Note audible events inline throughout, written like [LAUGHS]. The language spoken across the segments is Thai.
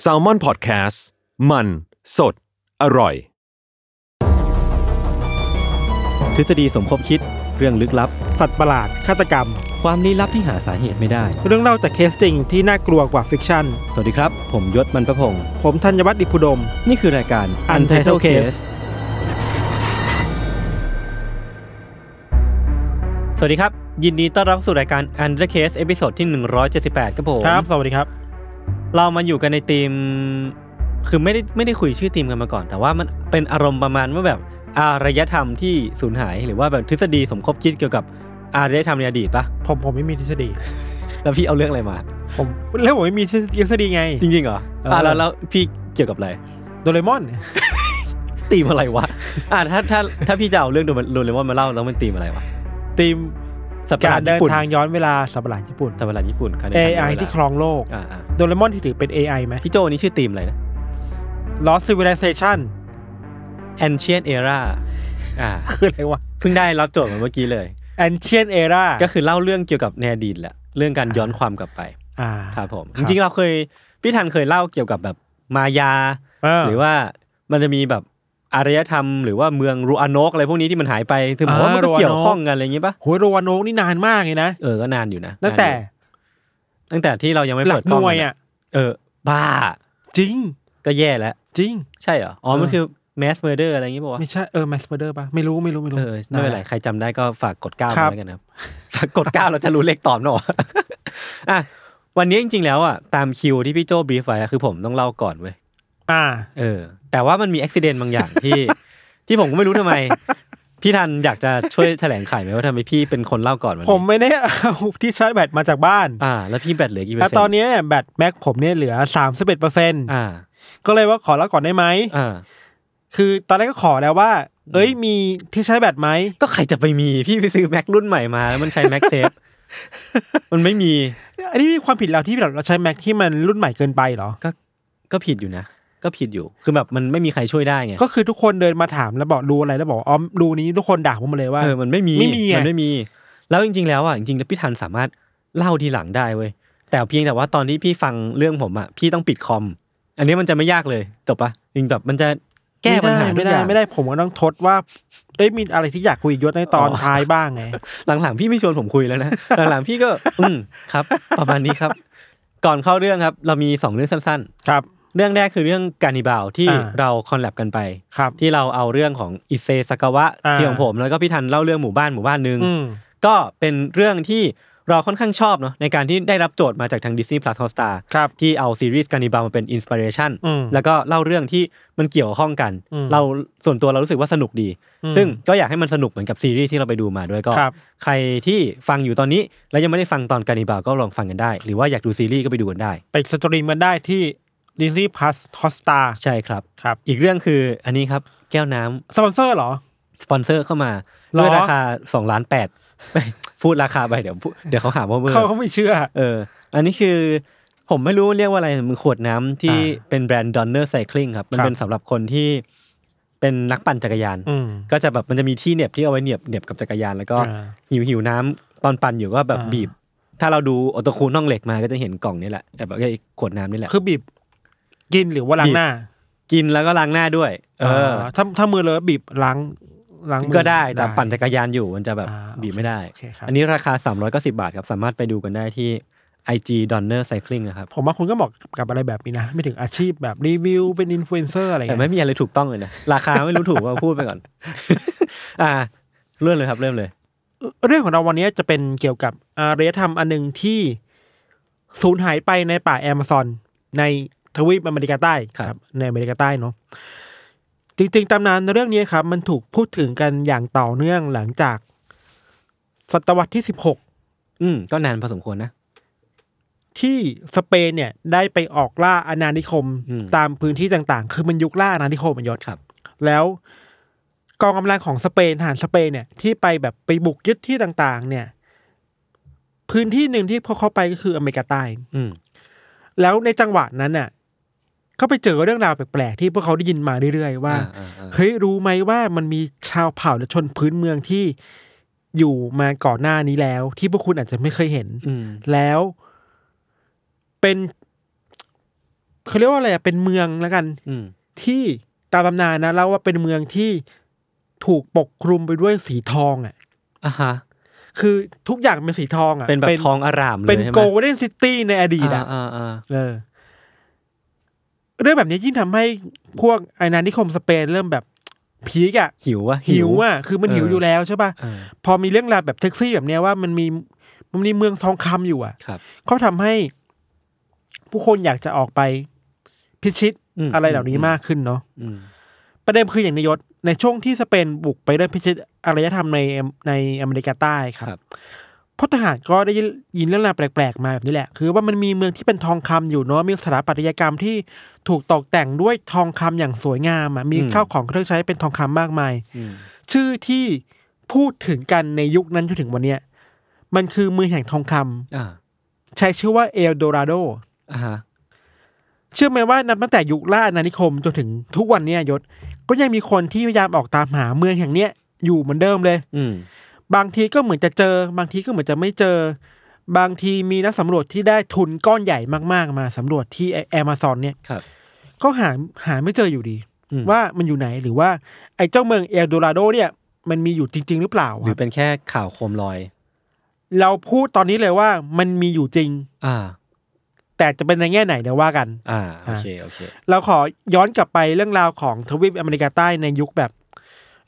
แซลมอนพอดแคสต์มันสดอร่อย ทฤษฎีสมคบคิดเรื่องลึกลับ สัตว์ประหลาด ฆาตกรรม ความลี้ลับที่หาสาเหตุไม่ได้ เรื่องเล่าจากเคสจริงที่น่ากลัวกว่าฟิกชั่น สวัสดีครับ ผมยศมันประพงศ์ ผมธัญวัฒน์อิพุดม นี่คือรายการ Untitled Case สวัสดีครับ ยินดีต้อนรับสู่รายการ Untitled Case เอพิโซดที่ 178 ครับผม ครับ สวัสดีครับ เรามาอยู่กันในทีม คือไม่ได้ไม่ได้คุยชื่อทีมกันมาก่อน แต่ว่ามันเป็นอารมณ์ประมาณว่าแบบอารยธรรมที่สูญหาย หรือว่าแบบทฤษฎีสมคบคิดเกี่ยวกับอารยธรรมในอดีตปะ ผมผมไม่มีทฤษฎี แล้วพี่เอาเรื่องอะไรมา ผมแล้วผมไม่มีทฤษฎีไง จริงๆเหรอ เอออ่ อ่ะแล้วแล้วพี่เกี่ยวกับอะไร โดเรมอน ตีมอะไรวะ อ่ะถ้าถ้าถ้าพี่จะเอาเรื่องโดเรมอนโดเรมอนมาเล่าแล้วมันตีมอะไรวะ ตีม สัตว์ประห กา ลาร ด เดิ ญี่ น ปุ่น ทางย้อนเวลาสัตว์ประหลาดญี่ปุ่น สัตว์ประหลาดญี่ปุ่นการเดินทาง AI ย้นเวลา ที่ครองโลก อ่ะอ่ะ โดเรมอนที่ถือเป็น AI ไหม พี่โจนี่ชื่อตีมอะไรนะ Lost Civilization Ancient Era อ่า คืออะไรวะ เพิ่งได้รับโจทย์มาเมื่อกี้เลย Ancient Era ก็คือเล่าเรื่องเกี่ยวกับในอดีตแหละเรื่องการย้อนความกลับไป อ่า ครับผม ค จ รับ ริงๆเราเคยพี่ทันเคยเล่าเกี่ยวกับแบบมายา ห หรื รือ อ ว่า ว่ามันจะมีแบบอารยธรรม หรือว่าเมืองรูอาโนกอะไรพวกนี้ที่มันหายไปคือผมว่า อ่ามั มันก็เกี่ยว รูอาโนก ข้องกันอะไรอย่างงี้ปะ โหโรวานโนกนี่นานมากเลยนะ เออ ก็นานอยู่นะ ตั้งแต่ นานอยู่ตั้งแต่ที่เรายังไม่ หลั เปิ ก ด ห กล้อง น่วย เลย อ่ะ เออ บ้า จริง ก็แย่แล้ว จริง ใช่เหรอ อ๋อ เออ มันคือ mass murder อะไรอย่างงี้ป่าวะ ไม่ใช่เออ Mass Murder ป่ะไม่รู้ไม่รู้ไม่รู้ เออ ไม่เป็นไร ใครจำได้ก็ฝากกดเก้า ครับ มาแล้วกันนะครับ [LAUGHS] ฝากกดเก้าเราจะรู้เลขตอบเนาะ [LAUGHS] อ่ะ วันนี้จริงๆแล้วอ่ะ ตามคิวที่พี่โจบรีฟไว้อะคือผมต้องเล่าก่อนเว้ย อ่า เออ แต่ว่ามันมีอุบิเหตุบางอย่าง [LAUGHS] ที่ ที่ผมก็ไม่รู้ทำไม พี่ทันอยากจะช่วยแถลงไขไหมว่าทำไมพี่เป็นคนเล่าก่อนวัน ผม นี้ ไม่ได้เอาที่ชาร์จแบตมาจากบ้าน อ่า แล้วพี่แบตเหลือกี่เปอ แล้ว ร์เซ็นต์ ตอนนี้เนี่ยแบตแม็กผมเนี่ยเหลือ 31เปอร์เซ็นต์ อ่า ก็เลยว่าขอแล้วก่อนได้ไหม อ่า คือตอนแรกก็ขอแล้วว่า เอ้ยมีที่ใช้แบตไหม ก็ใครจะไปมีพี่ไปซื้อแม็กรุ่นใหม่มาแล้วมันใช้แม็กเซฟ มันไม่มี อันนี้มีความผิดเราที่แบบเราใช้แม็กที่มันรุ่นใหม่เกินไปเหรอ ก็ผิดอยู่นะ ก็ผิดอยู่ คือแบบมันไม่มีใครช่วยได้ไง ก็คือทุกคนเดินมาถามแล้วบอกรู้อะไรแล้วบอกอ๋อรู้นี้ทุกคนด่าผมหมาเลยว่า เออมันไม่มี ไม่มีไง นไม่มี แล้วจริง ๆ แล้วอ่ะจริงๆแล้วพี่ทันสามารถเล่าทีหลังได้เว้ยแต่เพียงแต่ว่าตอนที่พี่ฟังเรื่องผมอ่ะพี่ต้องปิดคอม อันนี้มันจะไม่ยากเลยจบปะจริงแบบมันจะแก้ปัญหา ไม่ ทุกอ ได้ ย่าง ไม่ได้ผมก็ต้องทดว่าเอ้ยมีอะไรที่อยากคุยยศในตอน อ๋อ ท้ายบ้างไง หลังๆพี่ไม่ชวนผมคุยแล้วนะ หลังๆพี่ก็ [LAUGHS] อืมครับ ประมาณนี้ครับ ก่อนเข้าเรื่องครับ เรามีสองเรื่องสั้น ๆ ครับ เรื่องแรกคือเรื่องการนิบาลที่ อ่า เราคอนแลบกันไป ครับ ที่เราเอาเรื่องของอิเซสากาวะ อ่า ที่ของผมแล้วก็พี่ทันเล่าเรื่องหมู่บ้านหมู่บ้านหนึ่ง อืม ก็เป็นเรื่องที่เราค่อนข้างชอบเนาะในการที่ได้รับโจทย์มาจากทาง Disney Plus Hotstar ครับ ที่เอาซีรีส์การนิบาลมาเป็นอินสปิเรชัน อืม แล้วก็เล่าเรื่องที่มันเกี่ยวข้องกัน อืม เราส่วนตัวเรารู้สึกว่าสนุกดี อืม ซึ่งก็อยากให้มันสนุกเหมือนกับซีรีส์ที่เราไปดูมาด้วยก็ ครับ ใครที่ฟังอยู่ตอนนี้แล้วยังไม่ได้ฟังตอนการนิบาลก็ลองฟังกันได้ หรือว่าอยากดูซีรีส์ก็ไปดูกันได้ ไปสตรีมกันได้ที่ Disney Plus Hotstar ใช่ครับ ครับ อีกเรื่องคืออันนี้ครับแก้วน้ำ สปอนเซอร์เหรอ สปอนเซอร์เข้ามา หรอ ด้วยราคาสองล้านแปด [LAUGHS] พูดราคาไปเดี๋ยวพูดเดี๋ยวเขาหาว่าเบอ เขา ร์ เขาไม่เชื่อ เออ อันนี้คือ ผมไม่รู้เรียกว่าอะไรมันขวดน้ำที่ อ่ เป็นแบรนด์ Donner Cycling ครับ มัน ครับ เป็นสำหรับคนที่เป็นนักปั่นจักรยาน อืม ก็จะแบบมันจะมีที่เหน็บที่เอาไว้เหน็บเหน็บกับจักรยานแล้วก็ อ่า หิวหิวน้ำตอนปั่นอยู่ก็แบบ อ่า บีบ ถ้าเราดูออโตคูนน่องเหล็กมาก็จะเห็นกล่องนี่แหละแต่แบบไอ้ขวดน้ำนี่แหละ คือบีบกินหรือว่าล้างหน้า กินแล้วก็ล้างหน้าด้วย เออ ถ้าถ้ามือเลอะบีบล้างล้างมือ ก็ได้แต่ปั่นจักรยานอยู่มันจะแบบ อ่า บีบไม่ได้ โอเคครับ อันนี้ราคา 390 บาทครับ สามารถไปดูกันได้ที่ IG Donner Cycling นะครับ ผมว่าคุณก็เหมาะกับอะไรแบบนี้นะ ไม่ถึงอาชีพแบบรีวิวเป็นอินฟลูเอนเซอร์อะไร แต่ เงี้ ไม่ ย มีอะไรถูกต้องเลยนะ ราคาไม่รู้ถูกว่าพูดไป [LAUGHS] ก่อน อ่า เริ่มเลยครับเริ่มเลย เรื่องของเราวันนี้จะเป็นเกี่ยวกับอารยธรรมอันหนึ่งที่สูญหายไปในป่าแอมะซอน ในทวีปอเมริกาใต้ ครับ ในอเมริกาใต้เนาะจริงๆตำนานเรื่องนี้ครับ มันถูกพูดถึงกันอย่างต่อเนื่องหลังจาก ศตวรรษที่สิบหก อืมก็นานพอสมควรนะ ที่สเปนเนี่ยได้ไปออกล่าอาณานิคม อืม ตามพื้นที่ต่างๆ คือมันยุคล่าอาณานิคมมันยศ ครับ แล้วกองกำลังของสเปนทหารสเปนเนี่ยที่ไปแบบไปบุกยึดที่ต่างๆ เนี่ย พื้นที่หนึ่งที่พวกเขาไปก็คืออเมริกาใต้ อืม แล้วในจังหวะนั้นน่ะก็ไปเจอเรื่องราวแปลกๆที่พวกเขาได้ยินมาเรื่อยๆว่า อ่าอ่าอ่า เฮ้ยรู้ไหมว่ามันมีชาวเผ่าและชนพื้นเมืองที่อยู่มาก่อนหน้านี้แล้ว ที่พวกคุณอาจจะไม่เคยเห็น อืม แล้วเป็นเขาเรียกว่าอะไรอะเป็นเมืองแล้วกัน อืม ที่ตามตำนานนะเล่าว่าเป็นเมืองที่ถูกปกคลุมไปด้วยสีทองอ่ะ อ่ะฮะ คือทุกอย่างเป็นสีทองอ่ะ เป็นแบบทองอารามเลย เป็น ใช่ไหม โกลเด้นซิตี้ในอดีตอ่ะ อ่าอ่า เออเรื่องแบบนี้ยิ่งทำให้พวกไอ้นานิคมสเปนเริ่มแบบพีกอ่ะ หิวอะ หิวอ่ะคือมันหิว เออ อ อ ยู่แล้วใช่ป่ะ เออ พอมีเรื่องราวแบบแท็กซี่แบบเนี้ยว่ามันมีมันมีเมืองทองคำอยู่อ่ะ ครับ ก็ทำให้ผู้คนอยากจะออกไปพิชิต อืม อะไรเหล่านี้ อืม มากขึ้นเนาะ อืม ประเด็นคืออย่างนายศในช่วงที่สเปนบุกไปเริ่มพิชิตอารยธรรมในในอเมริกาใต้ครั ครับ บ พลทหารก็ได้ยินเรื่องราวแปลกๆมาแบบนี้แหละ คือว่ามันมีเมืองที่เป็นทองคำอยู่เนาะมีสถาปัตยกรรมที่ถูกตกแต่งด้วยทองคำอย่างสวยงามอะมีข้าวของเครื่องใช้เป็นทองคำมากมาย อืม ชื่อที่พูดถึงกันในยุคนั้นจนถึงวันเนี้ยมันคือเมืองแห่งทองคำ อ่า ใช้ชื่อว่าเอลโดราโด อ่าฮะ เชื่อไหมว่านับตั้งแต่ยุคล่าอาณานิคมจนถึงทุกวันเนี้ยยศ ก็ยังมีคนที่พยายามออกตามหาเมืองแห่งเนี้ยอยู่เหมือนเดิมเลย อืม บางทีก็เหมือนจะเจอ บางทีก็เหมือนจะไม่เจอ บางทีมีนักสำรวจที่ได้ทุนก้อนใหญ่มากๆ มาสำรวจที่แอมซอนเนี่ย ครับ ก็หาหาไม่เจออยู่ดี อืม ว่ามันอยู่ไหนหรือว่าไอ้เจ้าเมืองเอลโดราโดเนี่ยมันมีอยู่จริง ๆ หรือเปล่า หรือ ครับ เป็นแค่ข่าวโคมลอย เราพูดตอนนี้เลยว่ามันมีอยู่จริง อ่า แต่จะเป็นในแง่ไหนเดี๋ยวว่ากัน อ่า โอเค โอเค เราขอย้อนกลับไปเรื่องราวของทวีปอเมริกาใต้ในยุคแบบ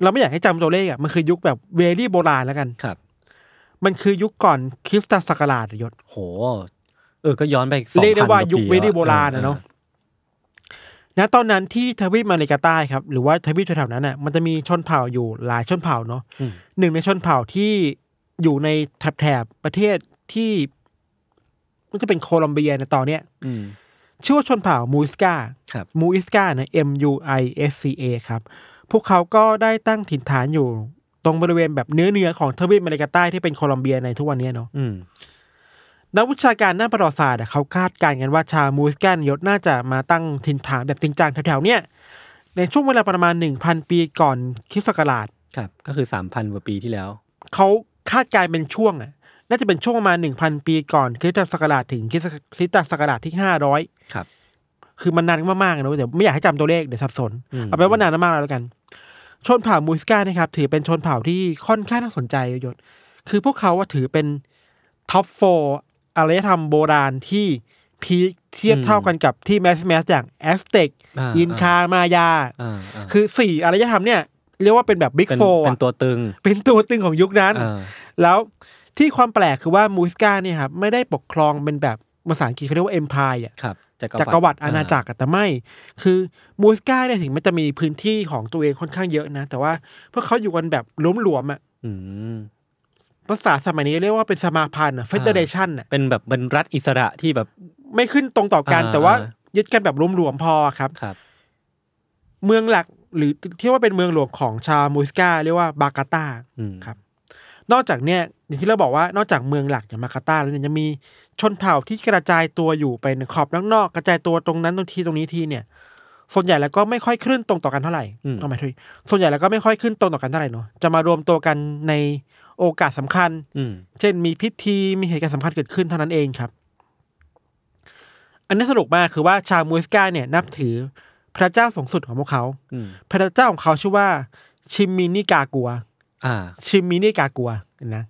เราไม่อยากให้จำตัวเลขอ่ะมันคือยุคแบบเวรี่โบราณแล้วกัน ครับ มันคือยุคก่อนคริสตศักราชอะยศ โห เออ ก็ย้อนไปสอง เรียกได้ พัน ว่ายุ ปี คเวรี่โบราณนะเนาะณตอนนั้นที่ทวีปอเมริกาใต้ครับ หรือว่าทวีปแถวๆนั้นอ่ะมันจะมีชนเผ่าอยู่หลายชนเผ่าเนาะ อืม หนึ่งในชนเผ่าที่อยู่ในแถบแถบประเทศที่มันจะเป็นโคลอมเบียในตอนเนี้ย อืม ชื่อว่าชนเผ่ามูสกา ครับ มูอิสกานะ M U I S C A ครับ พวกเขาก็ได้ตั้งถิ่นฐานอยู่ตรงบริเวณแบบเนื้อเนื้อๆของทวีปอเมริกาใต้ที่เป็นโคลอมเบียในทุกวันนี้เนาะ อืม นักวิชาการด้านประวัติศาสตร์อะเขาคาดการณ์กันว่าชาวมูสแกนยศน่าจะมาตั้งถิ่นฐานแบบจริงจังแถวๆ เนี่ย ในช่วงเวลาประมาณ 1,000 ปีก่อนคริสต์ศักราช ครับ ก็คือสามพันกว่าปีที่แล้ว เขาคาดการณ์เป็นช่วงอะน่าจะเป็นช่วงประมาณ 1,000 ปีก่อนคริสต์ศักราชถึงคริสต์คริสต์ศักราชที่ 500 ครับ คือมันนานมากๆนะเดี๋ยวไม่อยากให้จำตัวเลขเดี๋ยวสับสน ม เอาเป็นว่านานมากแล้วกัน ชนเผ่ามูสกานะครับ ถือเป็นชนเผ่าที่ค่อนข้างน่าสนใจยศ คือพวกเขาว่าถือเป็นท็อปโฟอารยธรรมโบราณที่พีคเทียบเท่ากันกับที่แมสแมสอย่างแอสเต็ก อ่า ยินคา มายา อ่าอ่า คือสี่อารยธรรมเนี่ย เรียกว่าเป็นแบบบิ๊ก เป็น โฟ เป็นตัวตึง เป็นตัวตึงของยุคนั้น อ่า แล้วที่ความแปลกคือว่ามูสกาเนี่ยครับไม่ได้ปกครองเป็นแบบภาษาอังกฤษเขาเรียกว่าเอ็มพายอ่ะ ครับ จักร จักรวรรดิอาณาจักรอะแต่ไม่ คือมูสกาเนี่ยถึงมันจะมีพื้นที่ของตัวเองค่อนข้างเยอะนะ แต่ว่าพวกเขาอยู่กันแบบหลวมๆอ่ะ อืม ภาษาสมัยนี้เรียกว่าเป็นสมาพันธ์อ่ะเฟเดเรชันอ่ะ เป็นแบบเป็นรัฐอิสระที่แบบ ไม่ขึ้นตรงต่อกัน อ่า แต่ว่ายึดกันแบบหลวมๆพอครับ ครับ เมืองหลักหรือที่ว่าเป็นเมืองหลวงของชาวมูสกาเรียกว่าบากาตา อืม ครับ นอกจากเนี่ยอย่างที่เราบอกว่านอกจากเมืองหลักอย่างมาคาตาแล้วเนี่ยจะมีชนเผ่าที่กระจายตัวอยู่ไปในขอบนอกๆกระจายตัวตรงนั้นตรงทีตรงนี้ทีเนี่ย ส่วนใหญ่แล้วก็ไม่ค่อยขึ้นตรงต่อกันเท่าไหร่ทำไมายถึงส่วนใหญ่แล้วก็ไม่ค่อยขึ้นตรงต่อกันเท่าไหร่เนาะจะมารวมตัวกันในโอกาสสำคัญ อืม เช่นมีพิธีมีเหตุการณ์สำคัญเกิดขึ้นเท่านั้นเองครับ อันนี้สนุกมากคือว่าชาวมูสกาเนี่ยนับถือพระเจ้าสูงสุดของพวกเขา อืม พระเจ้าของเขาชื่อว่าชิมมินิกากัว อ่า ชิมมินิกากัวนะ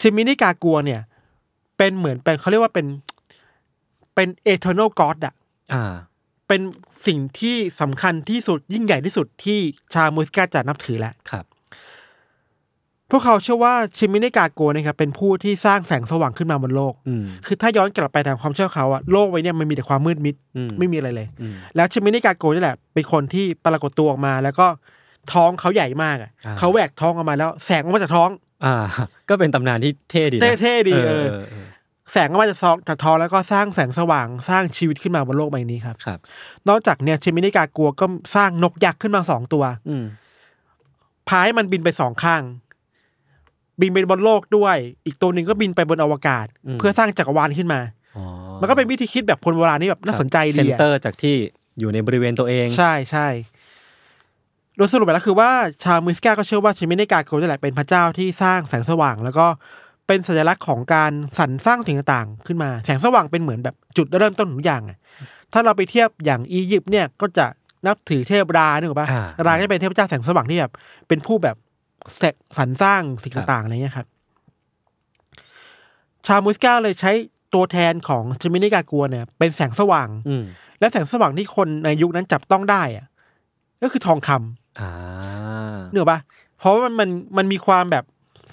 ชิมมินิกากัวเนี่ย เป็นเหมือนเป็นเขาเรียกว่าเป็น เป็น eternal god อะ อ่า เป็นสิ่งที่สำคัญที่สุดยิ่งใหญ่ที่สุดที่ชาวมุสกาจะนับถือแหละ ครับ พวกเขาเชื่อว่าชิมิเนกาโกะนะครับเป็นผู้ที่สร้างแสงสว่างขึ้นมาบนโลก อืม คือถ้าย้อนกลับไปตามความเชื่อเขาอะโลกไว้เนี่ยมันมีแต่ความมืดมิด อืม ไม่มีอะไรเลย อืม แล้วชิมิเนกาโกะนี่แหละเป็นคนที่ปรากฏตัวออกมา แล้วก็ท้องเขาใหญ่มากอะ อ่า เขาแหวกท้องออกมาแล้วแสงออกมาจากท้อง อ่า [LAUGHS] ก็เป็นตำนานที่เท่ดีนะ เท่ๆดีเออ เออ แสงออกมาจากท้องจากท้องแล้วก็สร้างแสงสว่างสร้างชีวิตขึ้นมาบนโลกใบนี้ครับ ครับ นอกจากเนี่ยชิมิเนกาโกะก็สร้างนกยักษ์ขึ้นมาสองตัว อืม พายมันบินไปสองข้าง บินไปบนโลกด้วย อีกตัวหนึ่งก็บินไปบนอวกาศ อืม เพื่อสร้างจักรวาลขึ้นมา อ๋อ มันก็เป็นวิธีคิดแบบคนโบราณนี่แบบน่าสนใจ เซ ดี น อะ เตอร์จากที่อยู่ในบริเวณตัวเอง ใช่ใช่โดยสรุปแล้วคือว่าชาวมิสกาก็เชื่อว่าชิมิเนกาโกะนี่แหละเป็นพระเจ้าที่สร้างแสงสว่าง แล้วก็เป็นสัญลักษณ์ของการสรรสร้างสิ่งต่างๆ ขึ้นมา แสงสว่างเป็นเหมือนแบบจุดเริ่มต้นของทุกอย่างอะถ้าเราไปเทียบอย่างอียิปต์เนี่ยก็จะนับถือเทพรานึกออกปะราก็เป็นเทพเจ้าแสงสว่างที่แบบเป็นผู้แบบแสสรรสร้างสิ่งต่างๆอะไรเงี้ยครับ ชาวมุสกาเลยใช้ตัวแทนของชิมิเนกากัวเนี่ยเป็นแสงสว่าง อืม และแสงสว่างที่คนในยุคนั้นจับต้องได้อะก็คือทองคำ อ่า เนกอะปะเพราะว่ามันมันมันมีความแบบ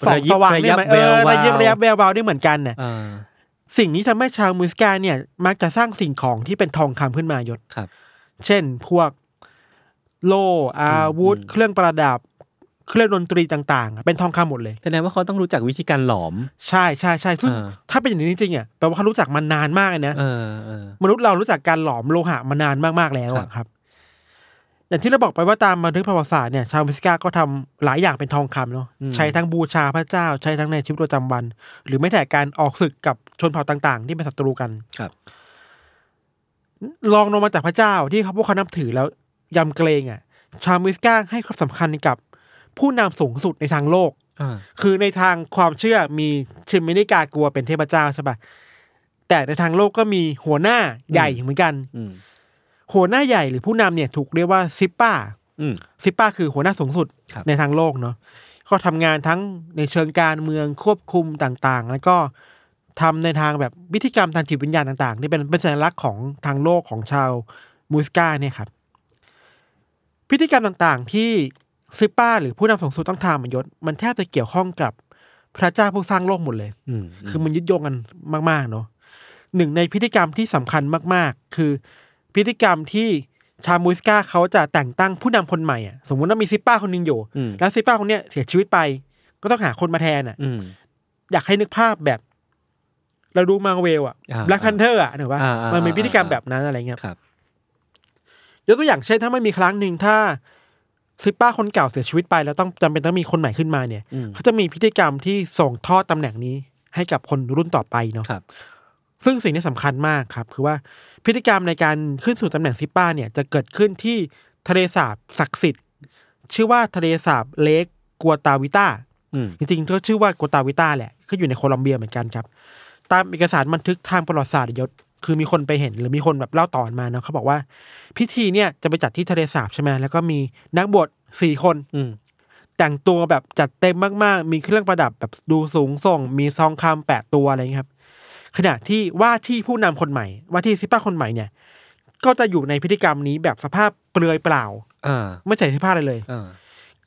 ส่อง ระยิบ สว่างเนี่ยมันเออ ระ ระ ยั ยิ บบ แวววาว ระยับแวววาวได้เหมือนกันน่ะ อ่า สิ่งนี้ทำให้ชาวมุสกาเนี่ย มักจะสร้างสิ่งของที่เป็นทองคำขึ้นมายศ ครับ เช่น พวกโล่อาวุธ เครื่องประดับ เครื่องดนตรีต่างๆอะเป็นทองคำหมดเลย แสดงว่าเขาต้องรู้จักวิธีการหลอม ใช่ใช่ใช่ซึ่ง อ่า ถ้าเป็นอย่างนี้จริงๆอ่ะแปลว่าเขารู้จักมันนานมากเลยนะ เออเออ มนุษย์เรารู้จักการหลอมโลหะมานานมากๆแล้วอะครับ อย่างที่เราบอกไปว่าตามบันทึกประวัติศาสตร์เนี่ยชาวมิสกาก็ทำหลายอย่างเป็นทองคำเนาะ อืม ใช้ทั้งบูชาพระเจ้า ใช้ทั้งในชีวิตประจำวัน หรือไม่แต่การออกศึกกับชนเผ่าต่างๆ ที่เป็นศัตรูกัน ครับ ลองลงมาจากพระเจ้าที่เขาพวกเขานับถือแล้วยำเกรงอ่ะ ชาวมิสกาให้ความสำคัญกับผู้นำสูงสุดในทางโลก อ่า คือในทางความเชื่อมีชิมมินิกากลัวเป็นเทพเจ้าใช่ปะแต่ในทางโลกก็มีหัวหน้าใหญ่เหมือนกัน อืม หัวหน้าใหญ่หรือผู้นำเนี่ยถูกเรียกว่าซิปป้า อืม ซิปป้าคือหัวหน้าสูงสุด ครับ ในทางโลกเนาะก็ทำงานทั้งในเชิงการเมืองควบคุมต่างๆ แล้วก็ทำในทางแบบวิธีกรรมทางจิตวิญญาณต่างๆที่เป็นเป็นสัญลักษณ์ของทางโลกของชาวมูสกาเนี่ยครับพิธีกรรมต่างๆ ที่ซิปป้าหรือผู้นำสูงสุดต้องทำมันยศมันแทบจะเกี่ยวข้องกับพระเจ้าผู้สร้างโลกหมดเลย อืม คือมันยึดโยงกันมาก ๆ เนาะหนึ่งในพิธีกรรมที่สำคัญมาก ๆ คือพิธีกรรมที่ชาวมุสกาเขาจะแต่งตั้งผู้นำคนใหม่อ่ะสมมุติว่ามีซิปป้าคนหนึงอยู่ อืม แล้วซิปป้าคนเนี้ยเสียชีวิตไป ก็ต้องหาคนมาแทนอ่ะ อืม อยากให้นึกภาพแบบ เราดูมาเวลอ่ะ อ่า แบล็กพันเทอร์อ่ะเห็นปะ อ่าอ่ามั มันเป็นพิธีกรรม อ่า แบบนั้นอะไรเงี้ย ครับ ยกตัวอย่างเช่นถ้าไม่มีครั้งหนึ่งถ้าซิปป้าคนเก่าเสียชีวิตไป แล้วต้องจำเป็นต้องมีคนใหม่ขึ้นมาเนี่ย อืม เขาจะมีพิธีกรรมที่ส่งทอดตำแหน่งนี้ ให้กับคนรุ่นต่อไปเนาะ ครับ ซึ่งสิ่งที่สำคัญมากครับ คือว่าพฤติกรรมในการขึ้นสู่ตำแหน่งซิปป้าเนี่ยจะเกิดขึ้นที่ทะเลสาบศักดิ์สิทธิ์ ชื่อว่าทะเลสาบเลกกัวตาวิต้า อืม จริงๆก็ชื่อว่ากัวตาวิต้าแหละก็อยู่ในโคลอมเบียเหมือนกันครับ ตามเอกสารบันทึกทางประวัติศาสตร์ยศคือมีคนไปเห็น หรือมีคนแบบเล่าต่อมาเนาะเขาบอกว่า พิธีเนี่ยจะไปจัดที่ทะเลสาบใช่ไหมแล้วก็มีนักบวชสี่คน อืม แต่งตัวแบบจัดเต็มมากๆ มีเครื่องประดับแบบดูสูงส่ง มีซองคำแปดตัวอะไรเงี้ยครับ ขณะที่ว่าที่ผู้นำคนใหม่ ว่าที่ซิป้าคนใหม่เนี่ย ก็จะอยู่ในพฤติกรรมนี้แบบสภาพเปลือยเปล่า อ่า ไม่ใส่เสื้อผ้าเลยเลย อ่า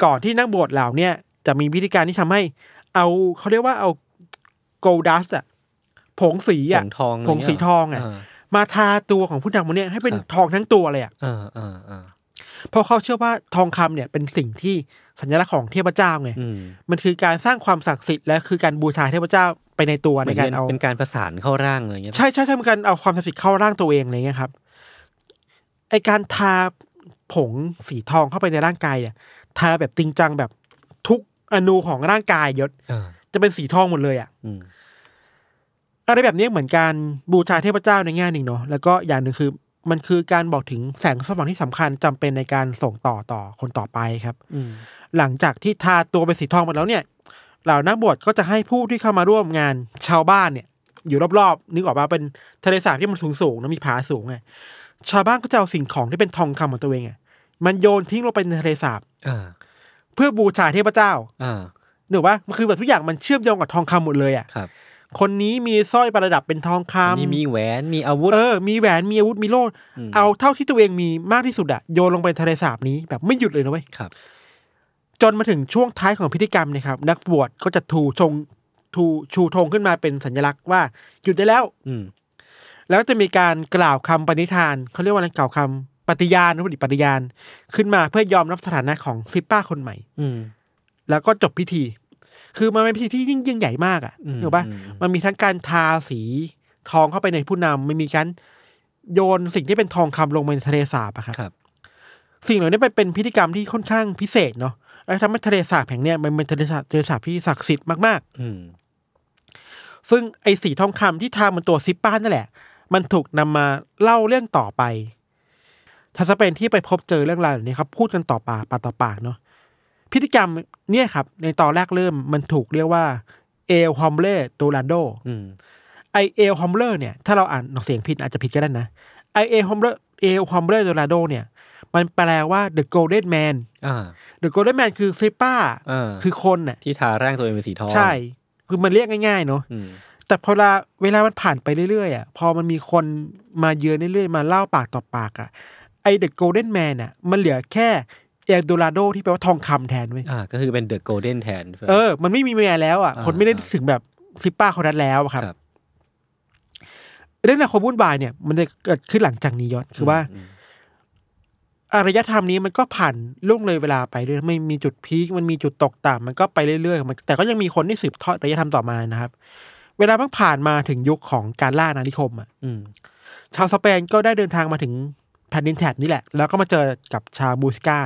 ก่อนที่นักบวชเหล่าเนี่ยจะมีวิธีการที่ทำให้ เอาเขาเรียกว่าเอาโกลดัสอะผงสีอะ ผงทองอะไร ผงสีทองอะ เงี้ยเหรอ มาทาตัวของผู้นำคนเนี้ยให้เป็น ครับ ทองทั้งตัวเลยอะ อ่าอ่าอ่า เพราะเขาเชื่อว่าทองคำเนี่ยเป็นสิ่งที่สัญลักษณ์ของเทพเจ้าไง อืม มันคือการสร้างความศักดิ์สิทธิ์และคือการบูชาเทพเจ้าไปในตัว เห ใน มือน การ เป็น เอา เป็นการประสานเข้าร่างอะไรอย่างเงี้ย ใช่ใช่ใช่เป็นการเอาความศักดิ์สิทธิ์เข้าร่างตัวเองอะไรเงี้ยครับไอการทาผงสีทองเข้าไปในร่างกายเนี่ยทาแบบจริงจังแบบทุกอนูของร่างกายยศ อ่า จะเป็นสีทองหมดเลยอะ อืม อะไรแบบนี้เหมือนการบูชาเทพเจ้าในแง่หนึ่งเนาะแล้วก็อย่างหนึ่งคือ มันคือการบอกถึงแสงสว่างที่สำคัญจำเป็นในการส่งต่อต่อคนต่อไปครับ อืม หลังจากที่ทาตัวเป็นสีทองหมดแล้วเนี่ย เหล่านักบวชก็จะให้ผู้ที่เข้ามาร่วมงานชาวบ้านเนี่ย อยู่รอบๆนึกออกมาเป็นทะเลสาบที่มันสูงสูงๆนะมีผาสูงไงชาวบ้านก็จะเอาสิ่งของที่เป็นทองคำของตัวเองอ่ะมันโยนทิ้งลงไปในทะเลสาบ อ่า เพื่อบูชาเทพเจ้า อ่า หนูว่ามันคือแบบทุกอย่างมันเชื่อมโยงกับทองคำหมดเลยอ่ะ ครับ คนนี้มีสร้อยประดับเป็นทอง อัน คำ นี่มีแหวนมีอาวุธ เออ มีแหวนมีอาวุธมีโล่ อืม เอาเท่าที่ตัวเองมีมากที่สุดอะโยนลงไปในทะเลสาบนี้แบบไม่หยุดเลยนะเว้ย ครับ จนมาถึงช่วงท้ายของพิธีกรรมเนะครับ นักบวชก็จะทูชงทูชูธงขึ้นมาเป็นสัญลักษณ์ว่าหยุดได้แล้ว อืม แล้วจะมีการกล่าวคำปณิธานเขาเรียกว่าอะไรกล่าวคำปฏิญาณนะพอดีปฏิญาณ ขึ้นมาเพื่อยอมรับสถานะของซิปป้าคนใหม่ อืม แล้วก็จบพิธี คือมันเป็นพิธีที่ยิ่งยิ่งใหญ่มากอะ่ะ อืม ถูกปะ อืม มันมีทั้งการทาสีทองเข้าไปในผู้นำมันมีการโยนสิ่งที่เป็นทองคำลงไปในทะเลสาบอะครับ ครับ สิ่งเหล่านี้มันเป็นพิธีกรรมที่ค่อนข้างพิเศษเนาะและทำให้ทะเลสาบแห่งเนี้ยมันเป็นทะเลสาบทะเลสาบที่ศักดิ์สิทธิ์มาก อืม ๆ ซึ่งไอ้สีทองคำที่ทาบนตัวซิปป้านั่นแหละ มันถูกนำมาเล่าเรื่องต่อไปทางสเปนที่ไปพบเจอเรื่องราวเหล่านี้ครับพูดกันต่อปากปากต่อปากเนาะพิธีกรรมเนี่ยครับ ในตอนแรกเริ่มมันถูกเรียกว่าเอลฮอมเล่โดลาโด อืม ไอเอลฮอมเลอร์เนี่ยถ้าเราอ่านออกเสียงผิดอาจจะผิดก็ได้นะไอเอลฮอมเลอร์เอลฮอมเลอร์โดลาโดเนี่ย มันแปลว่า the golden man อ่า เดอะโกลเด้นแมนคือซิป้า อ่า คือคนน่ะ ที่ทาร่างตัวเองเป็นสีทอง ใช่ คือมันเรียกง่ายๆเนาะ อืม แต่พอเวลาเวลามันผ่านไปเรื่อยๆอ่ะพอมันมีคนมาเยือนเรื่อยๆ มาเล่าปากต่อปากอ่ะไอเดอะโกลเด้นแมนอ่ะมันเหลือแค่เอลโดราโดที่แปลว่าทองคำแทนเว้ย อ่าก็คือเป็นเดอะโกลเด้นแทน เออ มันไม่มีเมียแล้วอ่ะ อ่า คนไม่ได้ถึงแบบซิป้าคนนั้นแล้วอะครับ ครับ เรื่องราวความวุ่นวายเนี่ยมันจะเกิดขึ้นหลังจากนี้ยศคือว่า ม อารยธรรมนี้มันก็ผ่านล่วงเลยเวลาไปเรื่อยไม่มีจุดพีคมันมีจุดตกต่ำมันก็ไปเรื่อยๆของมันแต่ก็ยังมีคนที่สืบทอดอารยธรรมต่อมานะครับ เวลาเพิ่งผ่านมาถึงยุคของการล่าอาณานิคมอ่ะ อืม ชาวสเปนก็ได้เดินทางมาถึงแผ่นดินแถบนี้แหละ แล้วก็มาเจอกับชาวบูสกา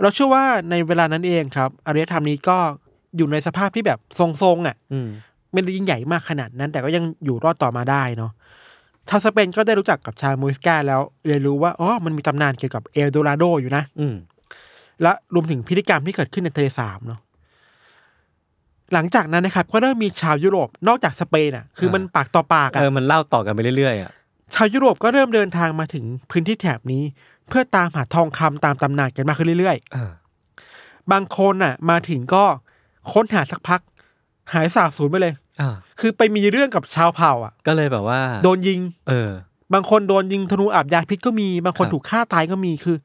เราเชื่อว่าในเวลานั้นเองครับอารยธรรมนี้ก็อยู่ในสภาพที่แบบทรงๆอ่ะ อืม ไม่ได้ยิ่งใหญ่มากขนาดนั้น แต่ก็ยังอยู่รอดต่อมาได้เนาะชาวสเปนก็ได้รู้จักกับชาวมูสกาแล้วเรียนรู้ว่าอ๋อมันมีตำนานเกี่ยวกับเอลโดราโดอยู่นะ อืม และรวมถึงพิธีกรรมที่เกิดขึ้นในทะเลสาบเนาะหลังจากนั้นนะครับ ก็เริ่มมีชาวยุโรปนอกจากสเปนอ่ะ คือมันปากต่อปาก เอ อ่ะ อมันเล่าต่อกันไปเรื่อยๆอ่ะ ชาวยุโรปก็เริ่มเดินทางมาถึงพื้นที่แถบนี้ เพื่อตามหาทองคำตามตำนานกันมากขึ้นเรื่อย อ่า ๆ บางคนอ่ะ มาถึงก็ค้นหาสักพัก หายสาบสูญไปเลย อ่า คือไปมีเรื่องกับชาวเผ่าอ่ะ ก็เลยแบบว่า โดนยิง เออ บางคนโดนยิงธนูอาบยาพิษก็มี บางคน ครับ ถูกฆ่าตายก็มีคือ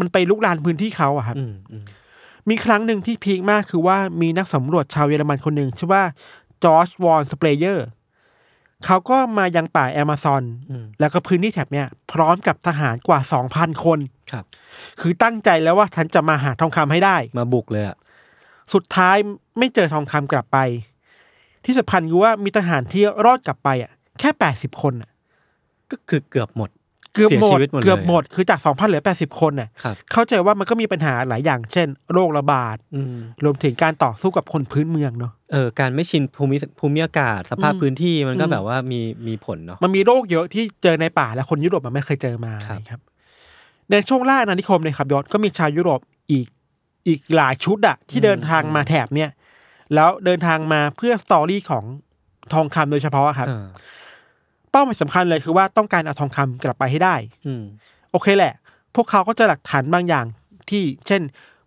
มันไปลุกลานพื้นที่เขาอะครับ อืมอืม มีครั้งหนึ่งที่พีคมากคือว่ามีนักสำรวจชาวเยอรมันคนหนึ่งชื่อว่าจอร์จวอนสเปเยอร์เขาก็มายังป่าแอมะซอน อืม แล้วก็พื้นที่แถบเนี้ยพร้อมกับทหารกว่า 2,000 คน ครับ คือตั้งใจแล้วว่าฉันจะมาหาทองคำให้ได้ มาบุกเลยอ่ะ สุดท้ายไม่เจอทองคำกลับไป ที่สำคัญคือว่ามีทหารที่รอดกลับไปอ่ะแค่ 80 คนอะ ก็คือเกือบหมด เกือบหม เสียชี ด วิตหมดเลย เกือบหมดคือจากสองพันเหลือแปดสิบคนน่ะ ครับ เข้าใจว่ามันก็มีปัญหาหลายอย่าง เช่น โรคระบาด อืม รวมถึงการต่อสู้กับคนพื้นเมืองเนาะ เออการไม่ชินภูมิภูมิอากาศสภาพ อืม พื้นที่มันก็ อืม แบบว่ามีมีผลเนาะ มันมีโรคเยอะที่เจอในป่าและคนยุโรปมันไม่เคยเจอมา ครับ นะครับ ในช่วงล่าอาณานิคมเนี่ยครับยศก็มีชาวยุโรปอีกอีกหลายชุดอะที่เดินทางมาแถบเนี่ยแล้วเดินทางมาเพื่อสตอรี่ของทองคำโดยเฉพาะครับ อ่า เป้าหมายสำคัญเลยคือว่าต้องการเอาทองคำกลับไปให้ได้ อืม โอเคแหละ พวกเขาก็เจะหลักฐานบางอย่างที่เช่น